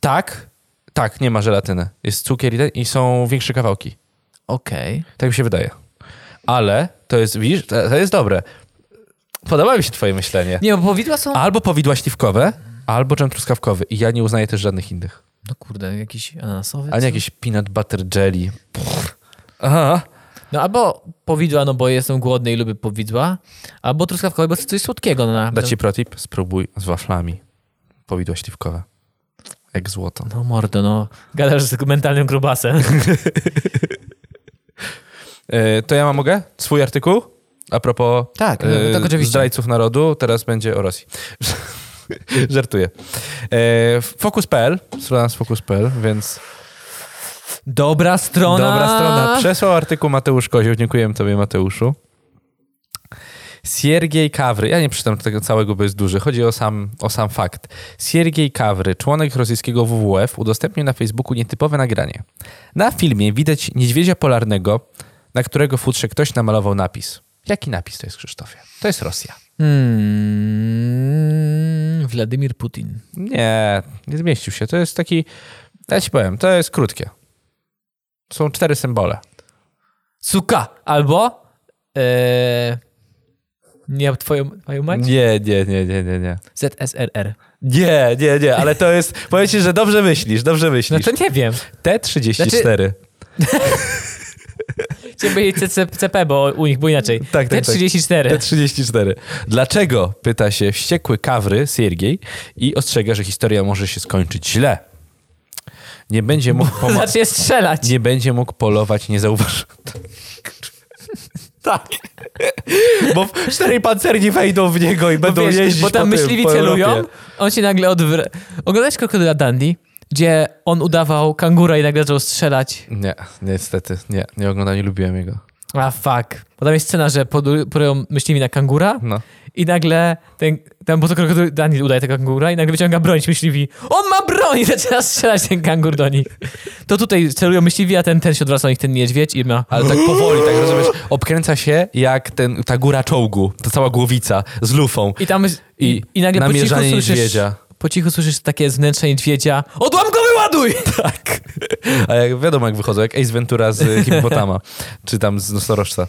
C: Tak, tak, nie ma żelatyny. Jest cukier i, te, i są większe kawałki.
A: Okej.
C: Tak mi się wydaje. Ale to jest, widzisz, to, to jest dobre. Podoba mi się twoje myślenie.
A: Nie, bo powidła są...
C: Albo powidła śliwkowe, albo dżem truskawkowy. I ja nie uznaję też żadnych innych.
A: No kurde, jakiś ananasowy?
C: Ani
A: co?
C: jakieś peanut butter jelly. Pff. Aha.
A: No albo powidła, no bo jestem głodny i lubię powidła, albo truskawkowe, bo chcę coś słodkiego. no Na...
C: Da ci protip? Spróbuj z waflami. Powidła śliwkowe. Jak złoto.
A: No mordo, no. Gadasz z mentalnym grubasem.
C: E, to ja mam mogę? Swój artykuł? A propos
A: Tak, no,
C: e,
A: tak oczywiście.
C: zdrajców narodu, teraz będzie o Rosji. Żartuję. E, Focus.pl, strona z Focus.pl, więc
A: Dobra strona.
C: dobra strona. Przesłał artykuł Mateusz Kozioł. Dziękujemy tobie, Mateuszu. Siergiej Kawry, ja nie przeczytam tego całego, bo jest duży, chodzi o sam, o sam fakt. Siergiej Kawry, członek rosyjskiego WWF, udostępnił na Facebooku nietypowe nagranie. Na filmie widać niedźwiedzia polarnego, na którego futrze ktoś namalował napis. Jaki napis to jest, Krzysztofie? To jest Rosja.
A: Hmm, Władimir Putin.
C: Nie, nie zmieścił się. To jest taki, ja ci powiem, to jest krótkie. Są cztery symbole.
A: Suka! Albo... E... Nie, twoją, twoją mać?
C: Nie, nie, nie, nie, nie, nie.
A: ZSRR.
C: Nie, nie, nie, ale to jest. Powiem ci, że dobrze myślisz, dobrze
A: No
C: myślisz. Znaczy,
A: to nie wiem.
C: T34.
A: Chciałem powiedzieć CC CP, bo u nich było inaczej.
C: tak, tak.
A: T34.
C: T34. Dlaczego? Pyta się wściekły kawry Siergiej i ostrzega, że historia może się skończyć źle. Nie będzie mógł, pomo-
A: Zacznie strzelać.
C: nie będzie mógł polować niezauważony.
A: Tak.
C: Bo cztery pancerni wejdą w niego i
A: Bo,
C: będą
A: wiesz,
C: jeździć
A: bo tam
C: po tym,
A: myśliwi
C: po
A: celują,
C: Europie.
A: on się nagle odwr... Oglądałeś Krokodyla Dandy, gdzie on udawał kangura i nagle zaczął strzelać.
C: Nie, niestety, nie, nie oglądam, nie lubiłem jego.
A: A fuck. Bo tam jest scena, że podu- porują myśliwi na kangura
C: No.
A: i nagle ten, tam, bo to Krokodyl Dandy udaje tego kangura i nagle wyciąga broń ci myśliwi. On ma broń i zaczyna strzelać ten kangur do nich. To tutaj celują myśliwi, a ten, ten się odwraca do nich, ten niedźwiedź i ma...
C: Ale tak powoli, tak rozumiesz, obkręca się jak ten, ta góra czołgu, ta cała głowica z lufą.
A: I tam... I, i nagle po cichu
C: namierzanie
A: słyszysz...
C: niedźwiedzia.
A: Po cichu słyszysz takie wnętrze niedźwiedzia. Odłam go, wyładuj! Tak.
C: A jak wiadomo, jak wychodzą, jak Ace Ventura z Hipopotama, czy tam z nosorożca.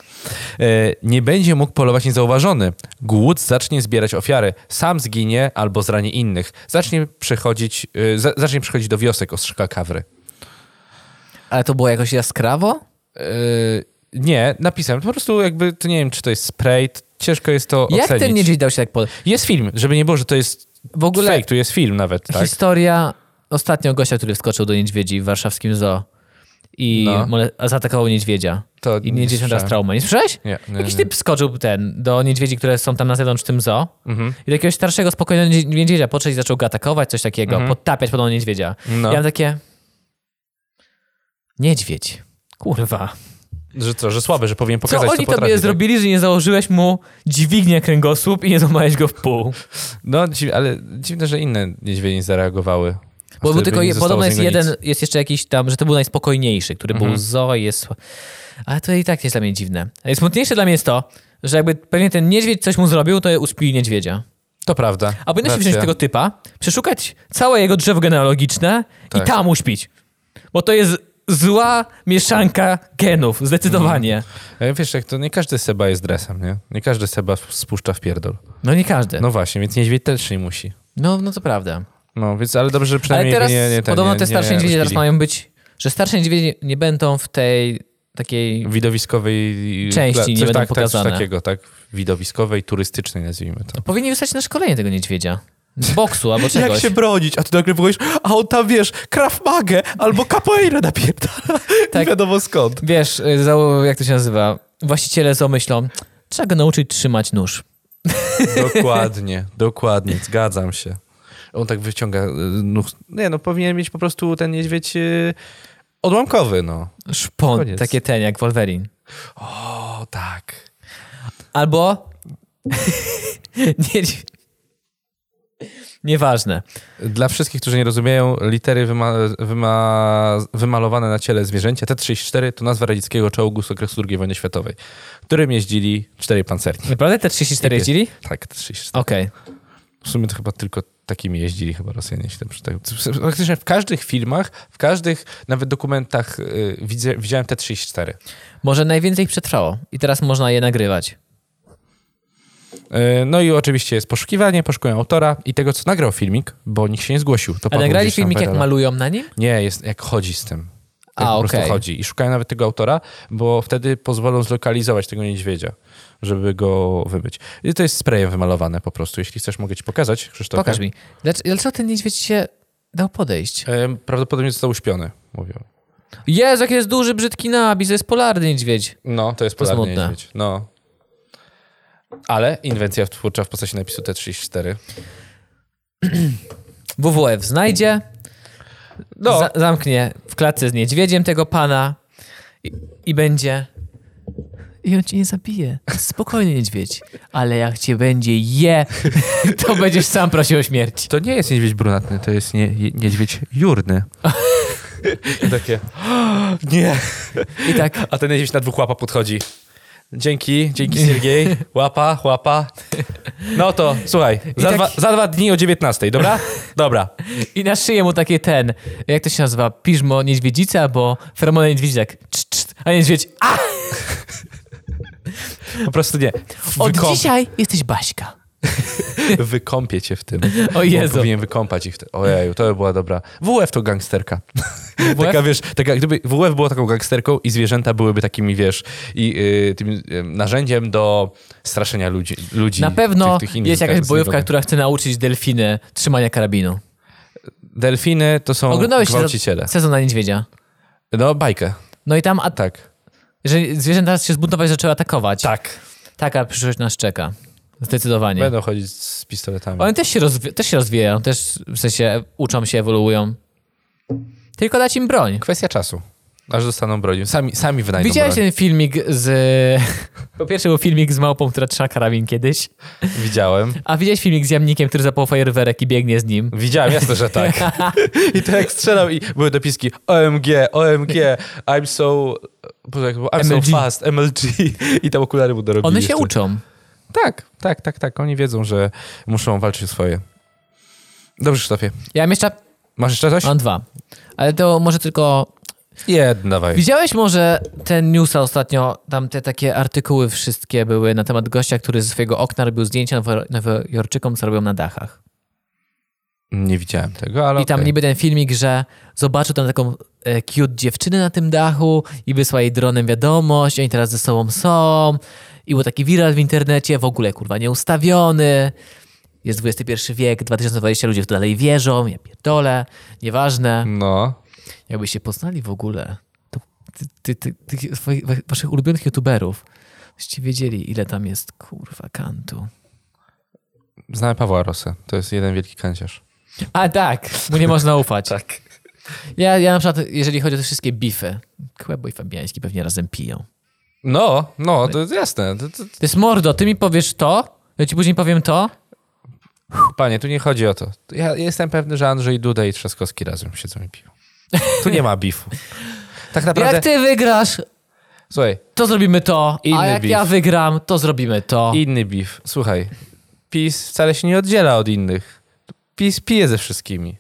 C: E, nie będzie mógł polować niezauważony. Głód zacznie zbierać ofiary. Sam zginie albo zrani innych. Zacznie przychodzić, e, za, zacznie przychodzić do wiosek ostrzyka kawry.
A: Ale to było jakoś jaskrawo?
C: E, nie, napisałem. Po prostu jakby, to nie wiem, czy to jest spray, t- ciężko jest to
A: Jak
C: ocenić.
A: ten niedźwiedź dał się tak pod...
C: Jest film, żeby nie było, że to jest
A: W ogóle
C: fake, tu jest film nawet, tak?
A: historia ostatnio gościa, który wskoczył do niedźwiedzi w warszawskim zoo i
C: No.
A: mole- a zaatakował niedźwiedzia.
C: To
A: I niedźwiedź miał teraz
C: słyszałem.
A: traumę. Nie słyszałeś?
C: Nie, nie,
A: Jakiś
C: nie.
A: typ skoczył ten do niedźwiedzi, które są tam na zewnątrz w tym zoo
C: Mhm.
A: i do jakiegoś starszego, spokojnego niedź- niedźwiedzia podszedł i zaczął go atakować, coś takiego, podtapiać podobno niedźwiedzia.
C: Mhm. No.
A: Ja mam takie... Niedźwiedź. Kurwa.
C: Że co, że słabe, że powinien
A: Co
C: pokazać, co,
A: oni
C: potrafi,
A: tobie
C: tak?
A: zrobili, że nie założyłeś mu dźwignia kręgosłup i nie złamałeś go w pół?
C: No, dzi- ale dziwne, że inne niedźwiedzie nie zareagowały.
A: Bo był
C: wtedy
A: tylko
C: by nie
A: je,
C: zostało
A: podobno
C: z
A: jest
C: niego
A: jeden,
C: nic. Mhm.
A: jest jeszcze jakiś tam, że to był najspokojniejszy, który był zo i jest... Ale to i tak jest dla mnie dziwne. A Smutniejsze dla mnie jest to, że jakby pewnie ten niedźwiedź coś mu zrobił, to uspili niedźwiedzia.
C: To prawda.
A: A powinno się
C: Racja.
A: wziąć tego typa, przeszukać całe jego drzewo genealogiczne i
C: Tak.
A: tam uśpić. Bo to jest zła mieszanka genów, zdecydowanie.
C: E, Wiesz, jak to nie każdy Seba jest dresem, nie? Nie każdy Seba w- spuszcza w pierdol.
A: No nie każdy. No,
C: No właśnie, więc niedźwiedź też nie musi.
A: no, to prawda.
C: No, więc, ale dobrze, że
A: Ale
C: przynajmniej
A: teraz
C: go nie, nie ten,
A: podobno
C: nie,
A: te starsze
C: nie
A: niedźwiedzie teraz
C: rozbili.
A: mają być, że starsze niedźwiedzie nie będą w tej takiej...
C: Widowiskowej... i-
A: Części
C: pla-
A: nie
C: coś
A: będą
C: tak, tak,
A: pokazane.
C: Coś takiego, tak? Widowiskowej, turystycznej nazwijmy to.
A: Powinni wysłać na szkolenie tego niedźwiedzia. Z boksu albo czegoś.
C: Jak się bronić? A ty nagle wychodzisz, a on tam, wiesz, Krav Magę albo capoeira napierdala.
A: Tak.
C: Nie wiadomo skąd.
A: Wiesz, y, za, jak to się nazywa? Właściciele zo myślą, trzeba go nauczyć trzymać nóż.
C: Dokładnie, dokładnie, zgadzam się. On tak wyciąga y, nóg. Nie, no powinien mieć po prostu ten niedźwiedź y, odłamkowy, no.
A: Szpon,
C: Koniec.
A: takie ten, jak Wolverine.
C: O, tak.
A: Albo. nie, nieważne.
C: Dla wszystkich, którzy nie rozumieją, litery wyma, wyma, wymalowane na ciele zwierzęcia T-34 to nazwa radzieckiego czołgu z okresu II wojny światowej, którym jeździli cztery pancerni.
A: Naprawdę te 34
C: Niebie-
A: jeździli?
C: Tak, T-34.
A: Okej.
C: W sumie to chyba tylko takimi jeździli chyba Rosjanie. jeśli dobrze tak- Praktycznie w każdych filmach, w każdych nawet dokumentach y, widzę, widziałem te 34.
A: Może najwięcej ich przetrwało i teraz można je nagrywać.
C: Y, No i oczywiście jest poszukiwanie, poszukują autora i tego, co nagrał filmik, bo nikt się nie zgłosił. To
A: A
C: Paweł
A: nagrali
C: gdzieś tam
A: filmik, jak
C: wydał.
A: malują na nim?
C: Nie, jest jak chodzi z tym.
A: A,
C: Jak po prostu
A: okej.
C: chodzi. I szukają nawet tego autora, bo wtedy pozwolą zlokalizować tego niedźwiedzia, żeby go wybyć. I to jest sprayem wymalowane po prostu. Jeśli chcesz, mogę ci pokazać, Krzysztof.
A: Pokaż mi. Dlaczego, dlaczego ten niedźwiedź się dał podejść?
C: Prawdopodobnie został uśpiony, mówią. Tak.
A: Jezu, jaki jest duży, brzydki nabis, to jest polarny niedźwiedź.
C: No, to jest
A: To
C: polarny
A: smutne.
C: niedźwiedź. No. Ale inwencja twórcza w postaci napisu T34.
A: WWF znajdzie,
C: No.
A: za- zamknie w klatce z niedźwiedziem tego pana i, i będzie. I on cię nie zabije. Spokojnie, niedźwiedź. Ale jak cię będzie je, to będziesz sam prosił o śmierć.
C: To nie jest niedźwiedź brunatny, to jest nie, niedźwiedź jurny. I takie, nie.
A: I tak,
C: A ten niedźwiedź na dwóch łapa podchodzi. Dzięki, dzięki Siergiej. Łapa, łapa. No to, słuchaj, za,
A: tak-
C: dwa, za dwa dni o 19, dobra? Dobra.
A: i na szyję mu takie ten, jak to się nazywa, piżmo niedźwiedzica albo feromony niedźwiedzia, tak, czt, czt, a niedźwiedź, a
C: Po prostu nie.
A: od
C: Wykąp,
A: dzisiaj jesteś Baśka.
C: Wykąpię cię w tym.
A: O
C: On
A: Jezu.
C: powinien wykąpać ich. w te- Ojeju, to by była dobra. WF to gangsterka. taka wiesz, taka, gdyby WF było taką gangsterką i zwierzęta byłyby takimi, wiesz, i y, tym y, narzędziem do straszenia ludzi. ludzi
A: Na pewno
C: tych, tych innych tak,
A: jest jakaś
C: zwierząt.
A: bojówka, która chce nauczyć delfiny trzymania karabinu.
C: Delfiny to są
A: Oglądałeś
C: gwałciciele.
A: sezon na niedźwiedzia.
C: No, bajkę,
A: No i tam, a
C: tak.
A: że zwierzęta się zbuntować, zaczęły atakować.
C: Tak.
A: Taka przyszłość nas czeka. Zdecydowanie.
C: Będą chodzić z pistoletami.
A: One też się, rozwi- też się rozwijają, też w sensie uczą się, ewoluują. Tylko dać im broń.
C: Kwestia czasu. Aż dostaną broń. Sami, sami wynajdą
A: Widziałeś
C: broń.
A: ten filmik z... Po pierwsze był filmik z małpą, która trzyma karabin kiedyś.
C: Widziałem.
A: A widziałeś filmik z jamnikiem, który zapał fajerwerek i biegnie z nim.
C: Widziałem, jasne, że tak. I to jak strzelał i były dopiski OMG, OMG, I'm so... Boże, jak było? I'm
A: MLG.
C: so fast, MLG. I tam okulary mu dorobili
A: One się
C: jeszcze.
A: uczą.
C: Tak, tak, tak, tak. Oni wiedzą, że muszą walczyć o swoje. Dobrze, Krzysztofie.
A: Ja mam jeszcze...
C: Masz jeszcze coś?
A: Mam dwa. Ale to może tylko
C: Jedna, dawaj.
A: Widziałeś może ten newsa ostatnio, tam te takie artykuły wszystkie były na temat gościa, który ze swojego okna robił zdjęcia nowo- nowojorczykom, co robią na dachach.
C: Nie widziałem tego, ale
A: I tam
C: okej.
A: niby ten filmik, że zobaczył tam taką e, cute dziewczynę na tym dachu i wysłał jej dronem wiadomość, oni teraz ze sobą są i był taki viral w internecie, w ogóle kurwa nieustawiony. Jest XXI wiek, 2020, ludzie w to dalej wierzą, ja pierdolę, nieważne.
C: No.
A: Jakby się poznali w ogóle, to ty, ty, ty, tych swoich- wa- waszych ulubionych youtuberów, byście wiedzieli, ile tam jest, kurwa, kantu.
C: Znałem Pawła Rosę. To jest jeden wielki kanciarz.
A: A tak, mu nie można ufać. tak. Ja, ja na przykład, jeżeli chodzi o te wszystkie bify, Kłebo i Fabiański pewnie razem piją.
C: No, no, to jest jasne. To, to,
A: To jest mordo, ty mi powiesz to, ja ci później powiem to,
C: Panie, tu nie chodzi o to. Ja jestem pewny, że Andrzej Duda i Trzaskowski razem siedzą i piją. Tu nie ma bifu. Tak naprawdę...
D: Jak ty wygrasz,
C: Słuchaj,
D: to zrobimy to,
C: Inny
D: a jak
C: beef.
D: ja wygram, to zrobimy to.
C: inny bif. Słuchaj, PiS wcale się nie oddziela od innych. PiS pije ze wszystkimi.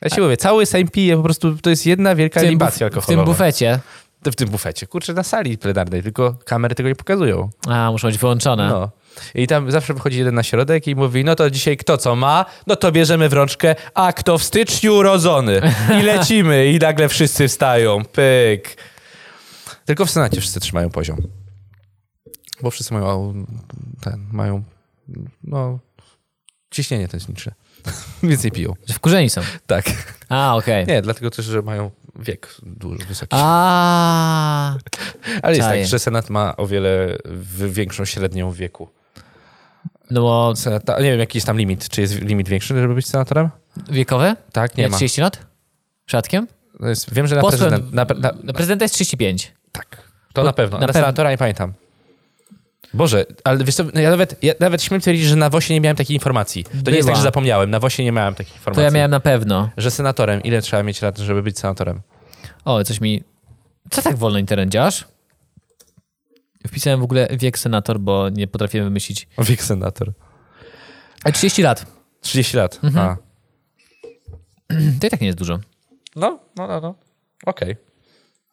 C: Ja ci mówię, cały Sejm pije, po prostu to jest jedna wielka
D: buf-
C: libacja
D: w tym
C: alkoholowa.
D: bufecie.
C: w tym bufecie. Kurczę, na sali plenarnej, tylko kamery tego nie pokazują.
D: A, muszą być wyłączone.
C: No. I tam zawsze wychodzi jeden na środek i mówi, no to dzisiaj kto co ma, no to bierzemy w rączkę, a kto w styczniu urodzony. I lecimy. I nagle wszyscy wstają. Pyk. Tylko w Senacie wszyscy trzymają poziom. Bo wszyscy mają ten, mają no ciśnienie tętnicze. Więc nie piją.
A: Że wkurzeni są.
C: Tak.
D: A, okej.
C: Nie, dlatego też, że mają wiek dużo wysoki.
D: A,
C: Ale jest
D: czaję.
C: tak, że Senat ma o wiele w- większą średnią wieku.
D: no bo
C: Senata, nie wiem, jaki jest tam limit. Czy jest limit większy, żeby być senatorem?
D: wiekowe?
C: Tak, nie
D: Jak
C: ma.
D: 30 lat? Przypadkiem?
C: To Jest, wiem, że na
A: Posłem-
C: prezydent... Na, pre- na,
A: No, prezydenta jest 35.
C: tak, to na pewno.
A: na
C: Na,
A: pewno.
C: senatora nie pamiętam. Boże, ale wiesz co, no ja nawet, ja nawet śmiem twierdzić, że na WOSie nie miałem takiej informacji. To nie jest
D: Była.
C: tak, że zapomniałem. Na WOSie nie miałem takiej
A: To
C: informacji.
A: ja miałem na pewno.
C: Że senatorem, ile trzeba mieć lat, żeby być senatorem?
A: O, coś mi... Co tak wolno internet działasz? Wpisałem w ogóle wiek senator, bo nie potrafiłem wymyślić.
C: Wiek senator.
A: A 30 lat.
C: 30 lat. A.
A: To i tak nie jest dużo.
C: No, no, no, no. Okej.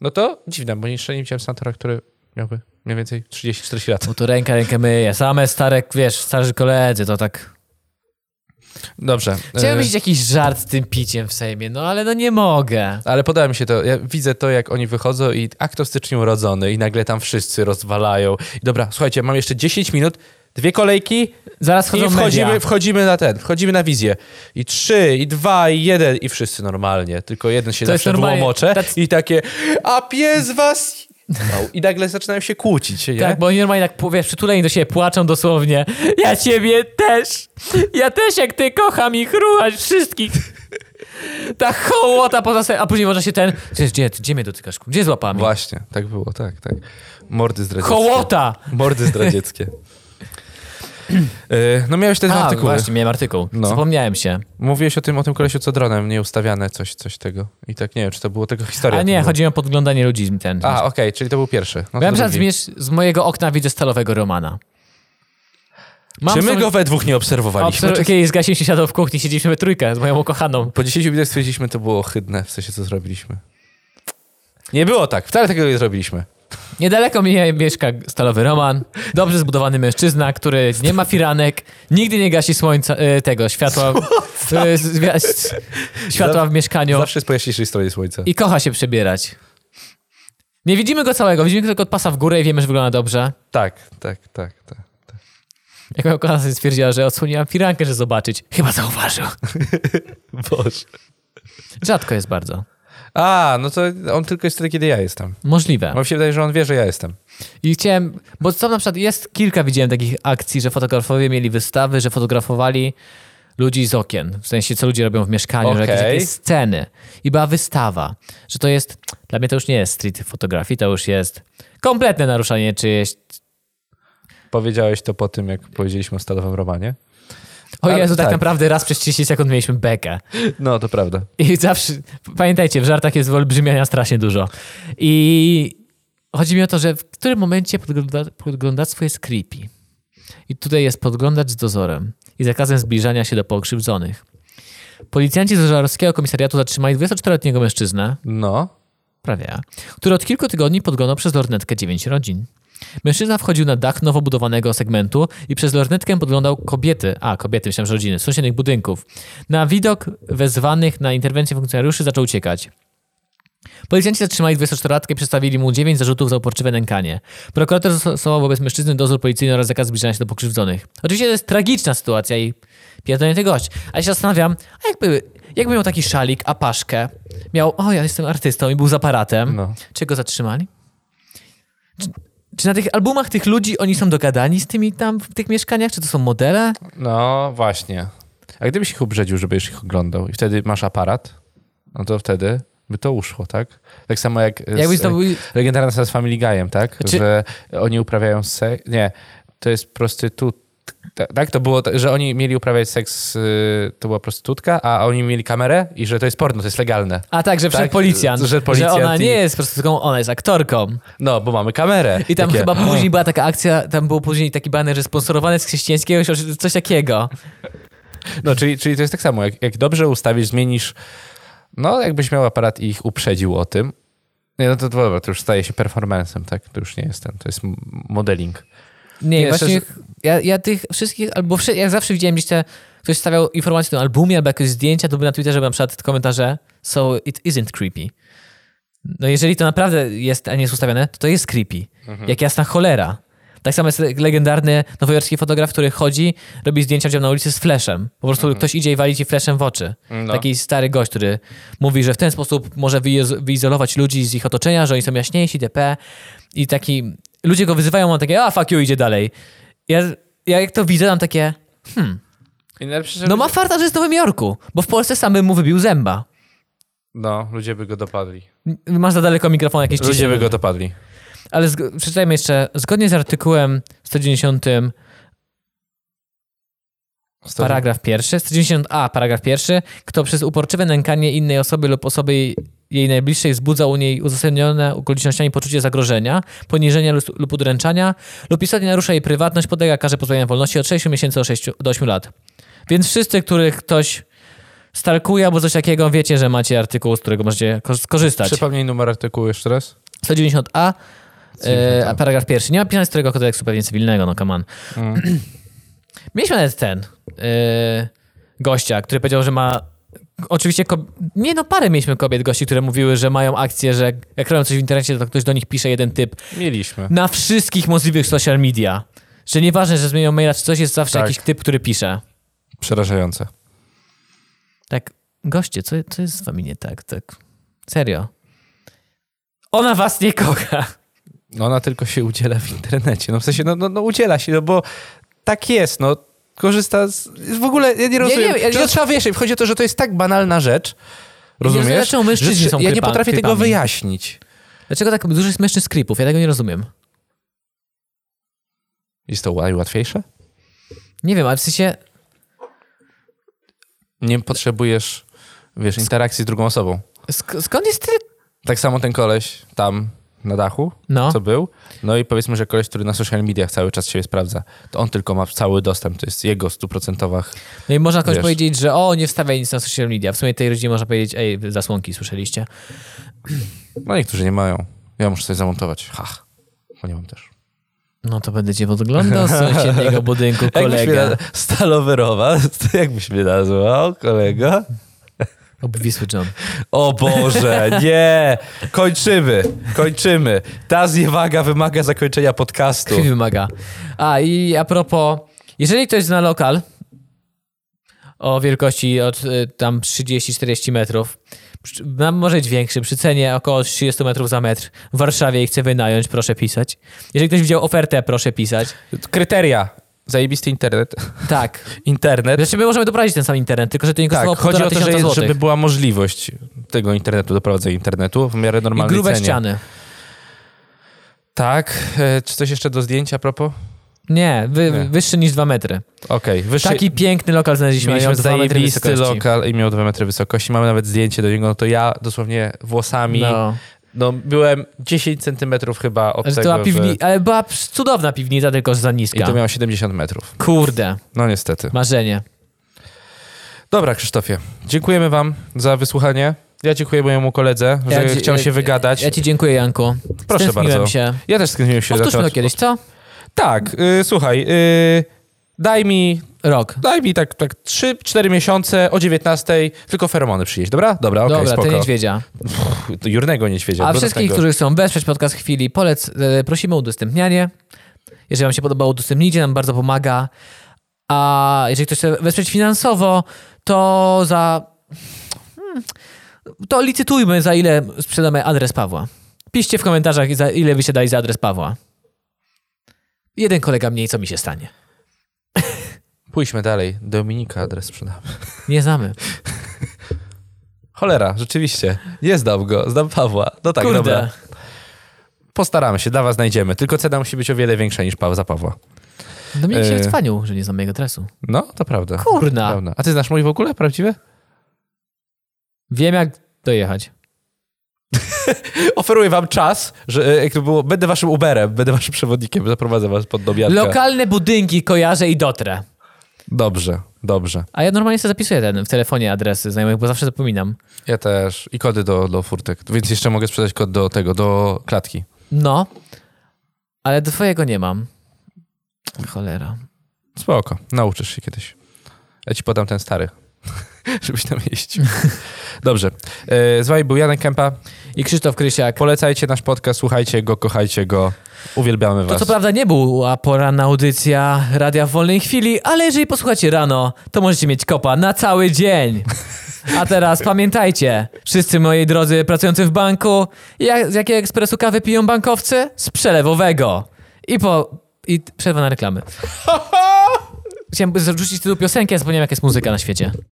C: No to dziwne, bo jeszcze nie widziałem senatora, który miałby mniej więcej 30-40 lat.
A: Bo to ręka rękę myje. Same stare, wiesz, starzy koledzy, to tak...
C: Dobrze.
D: Chciałem
C: E,
D: widzieć jakiś żart z tym piciem w Sejmie, no ale no nie mogę.
C: Ale podoba mi się to. Ja widzę to, jak oni wychodzą i a kto w styczniu urodzony i nagle tam wszyscy rozwalają. I dobra, słuchajcie, mam jeszcze 10 minut, dwie kolejki
A: Zaraz chodzą
C: i
A: media.
C: wchodzimy, wchodzimy na ten, wchodzimy na wizję. I trzy, i dwa, i jeden i wszyscy normalnie. Tylko jeden się
D: To jest
C: zawsze
D: normalnie.
C: wyłomocze
D: Tacy-
C: i takie, a pies was... jebał. I nagle zaczynają się kłócić, nie?
D: Tak, bo oni normalnie tak, wiesz, przytuleni do siebie, płaczą dosłownie. Ja ciebie też, ja też jak ty kocham i chrułać wszystkich. Ta hołota poza Sejmem, a później można się ten, gdzie, gdzie, gdzie mnie dotykasz, gdzie złapami?
C: Właśnie, tak było, tak, tak. Mordy zdradzieckie.
D: Hołota!
C: Mordy zdradzieckie. E, No miałeś te dwa
A: A,
C: artykuły.
A: właśnie, miałem artykuł.
C: No.
A: Zapomniałem się.
C: Mówiłeś o tym, o tym kolesiu, co dronem, nieustawiane coś, coś tego. I tak nie wiem, czy to było tego historia.
A: A nie,
C: Było.
A: chodzi mi o podglądanie ludzi. Ten,
C: no. A, okej, czyli to był pierwszy. No to
A: Byłem
C: drugi.
A: zmierz z mojego okna widzę stalowego Romana.
C: Czy my
A: sobie-
C: go we dwóch nie obserwowaliśmy?
A: Obser- Kiedyś z Gasiem się siadał w kuchni, siedzieliśmy we trójkę z moją ukochaną.
C: Po 10 minutach stwierdziliśmy, to było ohydne, w sensie, co zrobiliśmy. Nie było tak, wcale takiego nie zrobiliśmy.
A: Niedaleko mnie mieszka stalowy Roman, dobrze zbudowany mężczyzna, który nie ma firanek, nigdy nie gasi słońca, e, tego, światła, e, z- gwiazd- światła w mieszkaniu
C: Zawsze z po jaśniejszej stronie słońca.
A: i kocha się przebierać. Nie widzimy go całego, widzimy tylko od pasa w górę i wiemy, że wygląda dobrze.
C: Tak, tak, tak, tak.
A: Jak moja ukochana stwierdziła, że odsłoniłam firankę, żeby zobaczyć. Chyba zauważył.
C: Boże.
A: Rzadko jest bardzo.
C: A, no to on tylko jest wtedy, kiedy ja jestem.
A: Możliwe.
C: Bo mi się wydaje, że on wie, że ja jestem.
A: I chciałem, bo co na przykład jest kilka widziałem takich akcji, że fotografowie mieli wystawy, że fotografowali ludzi z okien. W sensie, co ludzie robią w mieszkaniu, że jakieś
C: Okej.
A: takie sceny. I była wystawa, że to jest, dla mnie to już nie jest street fotografii, to już jest kompletne naruszanie czyjeś.
C: Powiedziałeś to po tym, jak powiedzieliśmy o stalowym romanie.
A: O
C: Ale
A: Jezu, tak,
C: tak.
A: naprawdę raz przez 30 sekund mieliśmy bekę.
C: No, to prawda.
A: I zawsze, pamiętajcie, w żartach jest wyolbrzymiania strasznie dużo. I chodzi mi o to, że w którym momencie podgląda, podglądactwo jest creepy. I tutaj jest podglądacz z dozorem i zakazem zbliżania się do pokrzywdzonych. Policjanci z Żarowskiego Komisariatu zatrzymali 24-letniego mężczyznę,
C: No.
A: prawie ja, który od kilku tygodni podglądał przez lornetkę 9 rodzin. Mężczyzna wchodził na dach nowo budowanego segmentu i przez lornetkę podglądał kobiety, a kobiety, myślałem, że rodziny, z sąsiednich budynków. Na widok wezwanych na interwencję funkcjonariuszy zaczął uciekać. Policjanci zatrzymali 24-latkę i przedstawili mu 9 zarzutów za uporczywe nękanie. Prokurator zastosował wobec mężczyzny dozór policyjny oraz zakaz zbliżania się do pokrzywdzonych. Oczywiście to jest tragiczna sytuacja i pierdolnięty gość. Ale się zastanawiam, a jakby, jakby miał taki szalik, apaszkę, miał, o ja jestem artystą i był z aparatem,
C: No.
A: czy go zatrzymali? Czy, czy na tych albumach tych ludzi oni są dogadani z tymi tam w tych mieszkaniach? Czy to są modele?
C: No właśnie. A gdybyś ich ubrzedził, żebyś ich oglądał i wtedy masz aparat, no to wtedy by to uszło, tak? Tak samo jak
A: Jakby
C: z,
A: to był...
C: legendarna scena z Family Guyem, tak?
A: Znaczy-
C: Że oni uprawiają seks... Nie, to jest prostytut... Ta- Tak, to było, tak, że oni mieli uprawiać seks, y, to była prostytutka, a oni mieli kamerę i że to jest porno, to jest legalne.
A: A tak, że
C: Tak,
A: przed policjant.
C: że
A: Że,
C: policjant
A: ona
C: i-
A: nie jest prostytutką, ona jest aktorką.
C: No, bo mamy kamerę.
A: I tam
C: Takie-
A: chyba później była taka akcja, tam było później taki baner, że sponsorowane z chrześcijańskiego, czy coś takiego.
C: No, czyli, czyli to jest tak samo, jak, jak dobrze ustawisz, zmienisz, no jakbyś miał aparat i ich uprzedził o tym, nie, no to dobra, to już staje się performancem, tak? To już nie jest ten, to jest m- modeling.
A: Nie,
C: Nie,
A: właśnie
C: szczerze-
A: ja, ja tych wszystkich, albo wszy, jak zawsze widziałem gdzieś te, ktoś stawiał informacje o tym albumie albo jakieś zdjęcia, to były na Twitterze były na przykład komentarze so it isn't creepy. No jeżeli to naprawdę jest, a nie jest ustawione, to to jest creepy. Jak jasna cholera. Tak samo jest legendarny nowojorski fotograf, który chodzi, robi zdjęcia ludziom na ulicy z fleszem. Po prostu ktoś idzie i wali ci fleszem w oczy.
C: No.
A: Taki stary gość, który mówi, że w ten sposób może wyiz- wyizolować ludzi z ich otoczenia, że oni są jaśniejsi, DP. I taki... Ludzie go wyzywają, on takie, a fuck you, idzie dalej. Ja, ja jak to widzę, mam takie, no ma farta, że jest w Nowym Jorku, bo w Polsce sam bym mu wybił zęba.
C: No, ludzie by go dopadli.
A: N- Masz za daleko mikrofon jakieś
C: Ludzie by go dopadli.
A: Ale zg- przeczytajmy jeszcze, zgodnie z artykułem 190 Paragraf pierwszy, 190a, paragraf pierwszy. Kto przez uporczywe nękanie innej osoby lub osoby jej najbliższej wzbudza u niej uzasadnione okolicznościami poczucie zagrożenia, poniżenia lub, lub udręczania, lub istotnie narusza jej prywatność, podlega karze pozbawienia wolności od 6 miesięcy do, 6, do 8 lat. Więc wszyscy, których ktoś stalkuje albo coś takiego, wiecie, że macie artykuł, z którego możecie ko- skorzystać.
C: Przypomnij numer artykułu jeszcze raz.
A: 190a, e, a paragraf pierwszy. Nie ma pisania z którego kodeksu pewnie cywilnego, no come on.
C: Mm.
A: Mieliśmy nawet ten e, gościa, który powiedział, że ma oczywiście, ko- nie no parę mieliśmy kobiet gości, które mówiły, że mają akcję, że jak robią coś w internecie, to ktoś do nich pisze jeden typ
C: Mieliśmy.
A: na wszystkich możliwych social media. Że nieważne, że zmienią maila czy coś, jest zawsze
C: Tak.
A: jakiś typ, który pisze.
C: Przerażające.
A: Tak, goście, co, co jest z wami nie tak? tak? Serio. Ona was nie kocha.
C: No ona tylko się udziela w internecie. No w sensie, no, no, no udziela się, no bo tak jest, no. Korzysta z... W ogóle ja nie rozumiem.
A: wiem, ja-
C: to trzeba wyjaśnić. Chodzi o to, że to jest tak banalna rzecz, rozumiesz?
A: dlaczego mężczyźni
C: że-
A: są
C: Ja nie
A: krypa-
C: potrafię tego
A: krypami.
C: wyjaśnić.
A: Dlaczego tak dużo jest mężczyzn z creepów? Ja tego nie rozumiem.
C: Jest to łatwiejsze?
A: Nie wiem, ale w sensie
C: Nie potrzebujesz, wiesz, interakcji z drugą osobą.
A: sk- skąd jest tyle...
C: Tak samo ten koleś tam na dachu,
A: No.
C: co był. No i powiedzmy, że koleś, który na social mediach cały czas siebie sprawdza, to on tylko ma cały dostęp. To jest jego stuprocentowa...
A: No i można komuś
C: Wiesz.
A: powiedzieć, że o, nie wstawiaj nic na social media. W sumie tej rodzinie można powiedzieć, ej, wy zasłonki słyszeliście.
C: No niektórzy nie mają. Ja muszę coś zamontować. Hach. Bo nie mam też.
A: No to będę cię podglądał z sąsiedniego budynku, kolega.
C: Stalowy rowa, jakbyś mnie nazwał, kolega?
A: Obwisły John.
C: O Boże, nie! Kończymy, kończymy. Ta zniewaga wymaga zakończenia podcastu.
A: Krwi wymaga. A i a propos, jeżeli ktoś zna lokal o wielkości od y, tam 30-40 metrów, przy- na- może być większy, przy cenie około 30 metrów za metr w Warszawie i chce wynająć, proszę pisać. Jeżeli ktoś widział ofertę, proszę pisać.
C: Kryteria. Zajebisty internet.
A: Tak.
C: Internet.
A: Znaczy my możemy doprowadzić ten sam internet, tylko że to nie kosztowało
C: Tak, chodzi o to, że, jest- żeby
A: żeby
C: była możliwość tego internetu, doprowadzenia internetu w miarę
A: I
C: normalnej
A: grube
C: cenie.
A: ściany.
C: Tak. E, Czy coś jeszcze do zdjęcia a propos?
A: Nie, wy,
C: Nie.
A: wyższy niż 2 metry.
C: Okej. wyższy-
A: Taki piękny lokal znaleźliśmy, miał
C: Mieliśmy
A: 2 metry
C: zajebisty
A: wysokości.
C: lokal i miał 2 metry wysokości. Mamy nawet zdjęcie do niego. No to ja dosłownie włosami. No,
A: No.
C: byłem 10 centymetrów chyba od
A: Że to
C: tego.
A: była piwni-
C: że-
A: ale była cudowna piwnica, tylko że za niska.
C: I to miało 70 metrów.
A: Kurde,
C: No niestety.
A: marzenie.
C: Dobra, Krzysztofie. Dziękujemy Wam za wysłuchanie. Ja dziękuję mojemu koledze, że
A: Ja ci-
C: chciał
A: ja-
C: się wygadać.
A: Ja ci dziękuję, Janku.
C: Proszę
A: Stęskniłem
C: bardzo.
A: się.
C: Ja też skrzynąłem się
A: Powtórzmy to
C: zacząć-
A: kiedyś, co?
C: Tak, y, słuchaj. y, daj mi
A: Rok.
C: Daj mi tak, tak 3-4 miesiące o 19, tylko feromony przyjeść, dobra? Dobra, okej,
A: Dobra,
C: spoko.
A: ty niedźwiedzia.
C: Pff, to Jurnego niedźwiedzia.
A: A
C: brudnego.
A: wszystkich, którzy chcą wesprzeć podcast chwili, polec, e, prosimy o udostępnianie. Jeżeli wam się podoba, udostępnijcie, nam bardzo pomaga. A jeżeli ktoś chce wesprzeć finansowo, to za... Hmm, To licytujmy, za ile sprzedamy adres Pawła. Piszcie w komentarzach, za ile wy się dali za adres Pawła. Jeden kolega mniej, co mi się stanie.
C: Pójdźmy dalej. Dominika adres sprzedam.
A: Nie znamy.
C: Cholera, rzeczywiście. Nie znam go, znam Pawła. No tak,
A: Kurde.
C: dobra. Postaramy się, dla was znajdziemy. Tylko cena musi być o wiele większa niż Paw za Pawła.
A: No mnie się
C: E,
A: cwanił, że nie znam jego adresu.
C: No, to prawda.
A: Kurna.
C: Prawda. A ty znasz mój w ogóle? Prawdziwy?
A: Wiem, jak dojechać.
C: Oferuję wam czas, że e, jak to było, będę waszym Uberem, będę waszym przewodnikiem, zaprowadzę was pod dobiadkę.
A: Lokalne budynki kojarzę i dotrę.
C: Dobrze, dobrze.
A: A ja normalnie sobie zapisuję ten w telefonie adresy znajomych, bo zawsze zapominam.
C: Ja też. I kody do, do furtek. Więc jeszcze mogę sprzedać kod do tego, do klatki.
A: No, ale do twojego nie mam. Cholera.
C: Spoko, nauczysz się kiedyś. Ja ci podam ten stary, żebyś tam jeździł. Dobrze. E, Z wami był Janek Kępa.
A: I Krzysztof Krysiak.
C: Polecajcie nasz podcast, słuchajcie go, kochajcie go. Uwielbiamy
A: To
C: was.
A: co prawda nie była poranna audycja Radia w Wolnej Chwili, ale jeżeli posłuchacie rano, to możecie mieć kopa na cały dzień. A teraz pamiętajcie, wszyscy moi drodzy pracujący w banku, jak, z jakiego ekspresu kawy piją bankowcy? Z przelewowego. I po... i przerwa na reklamy. Chciałem zrzucić tytuł piosenki, a zapomniałem, jaka jest muzyka na świecie.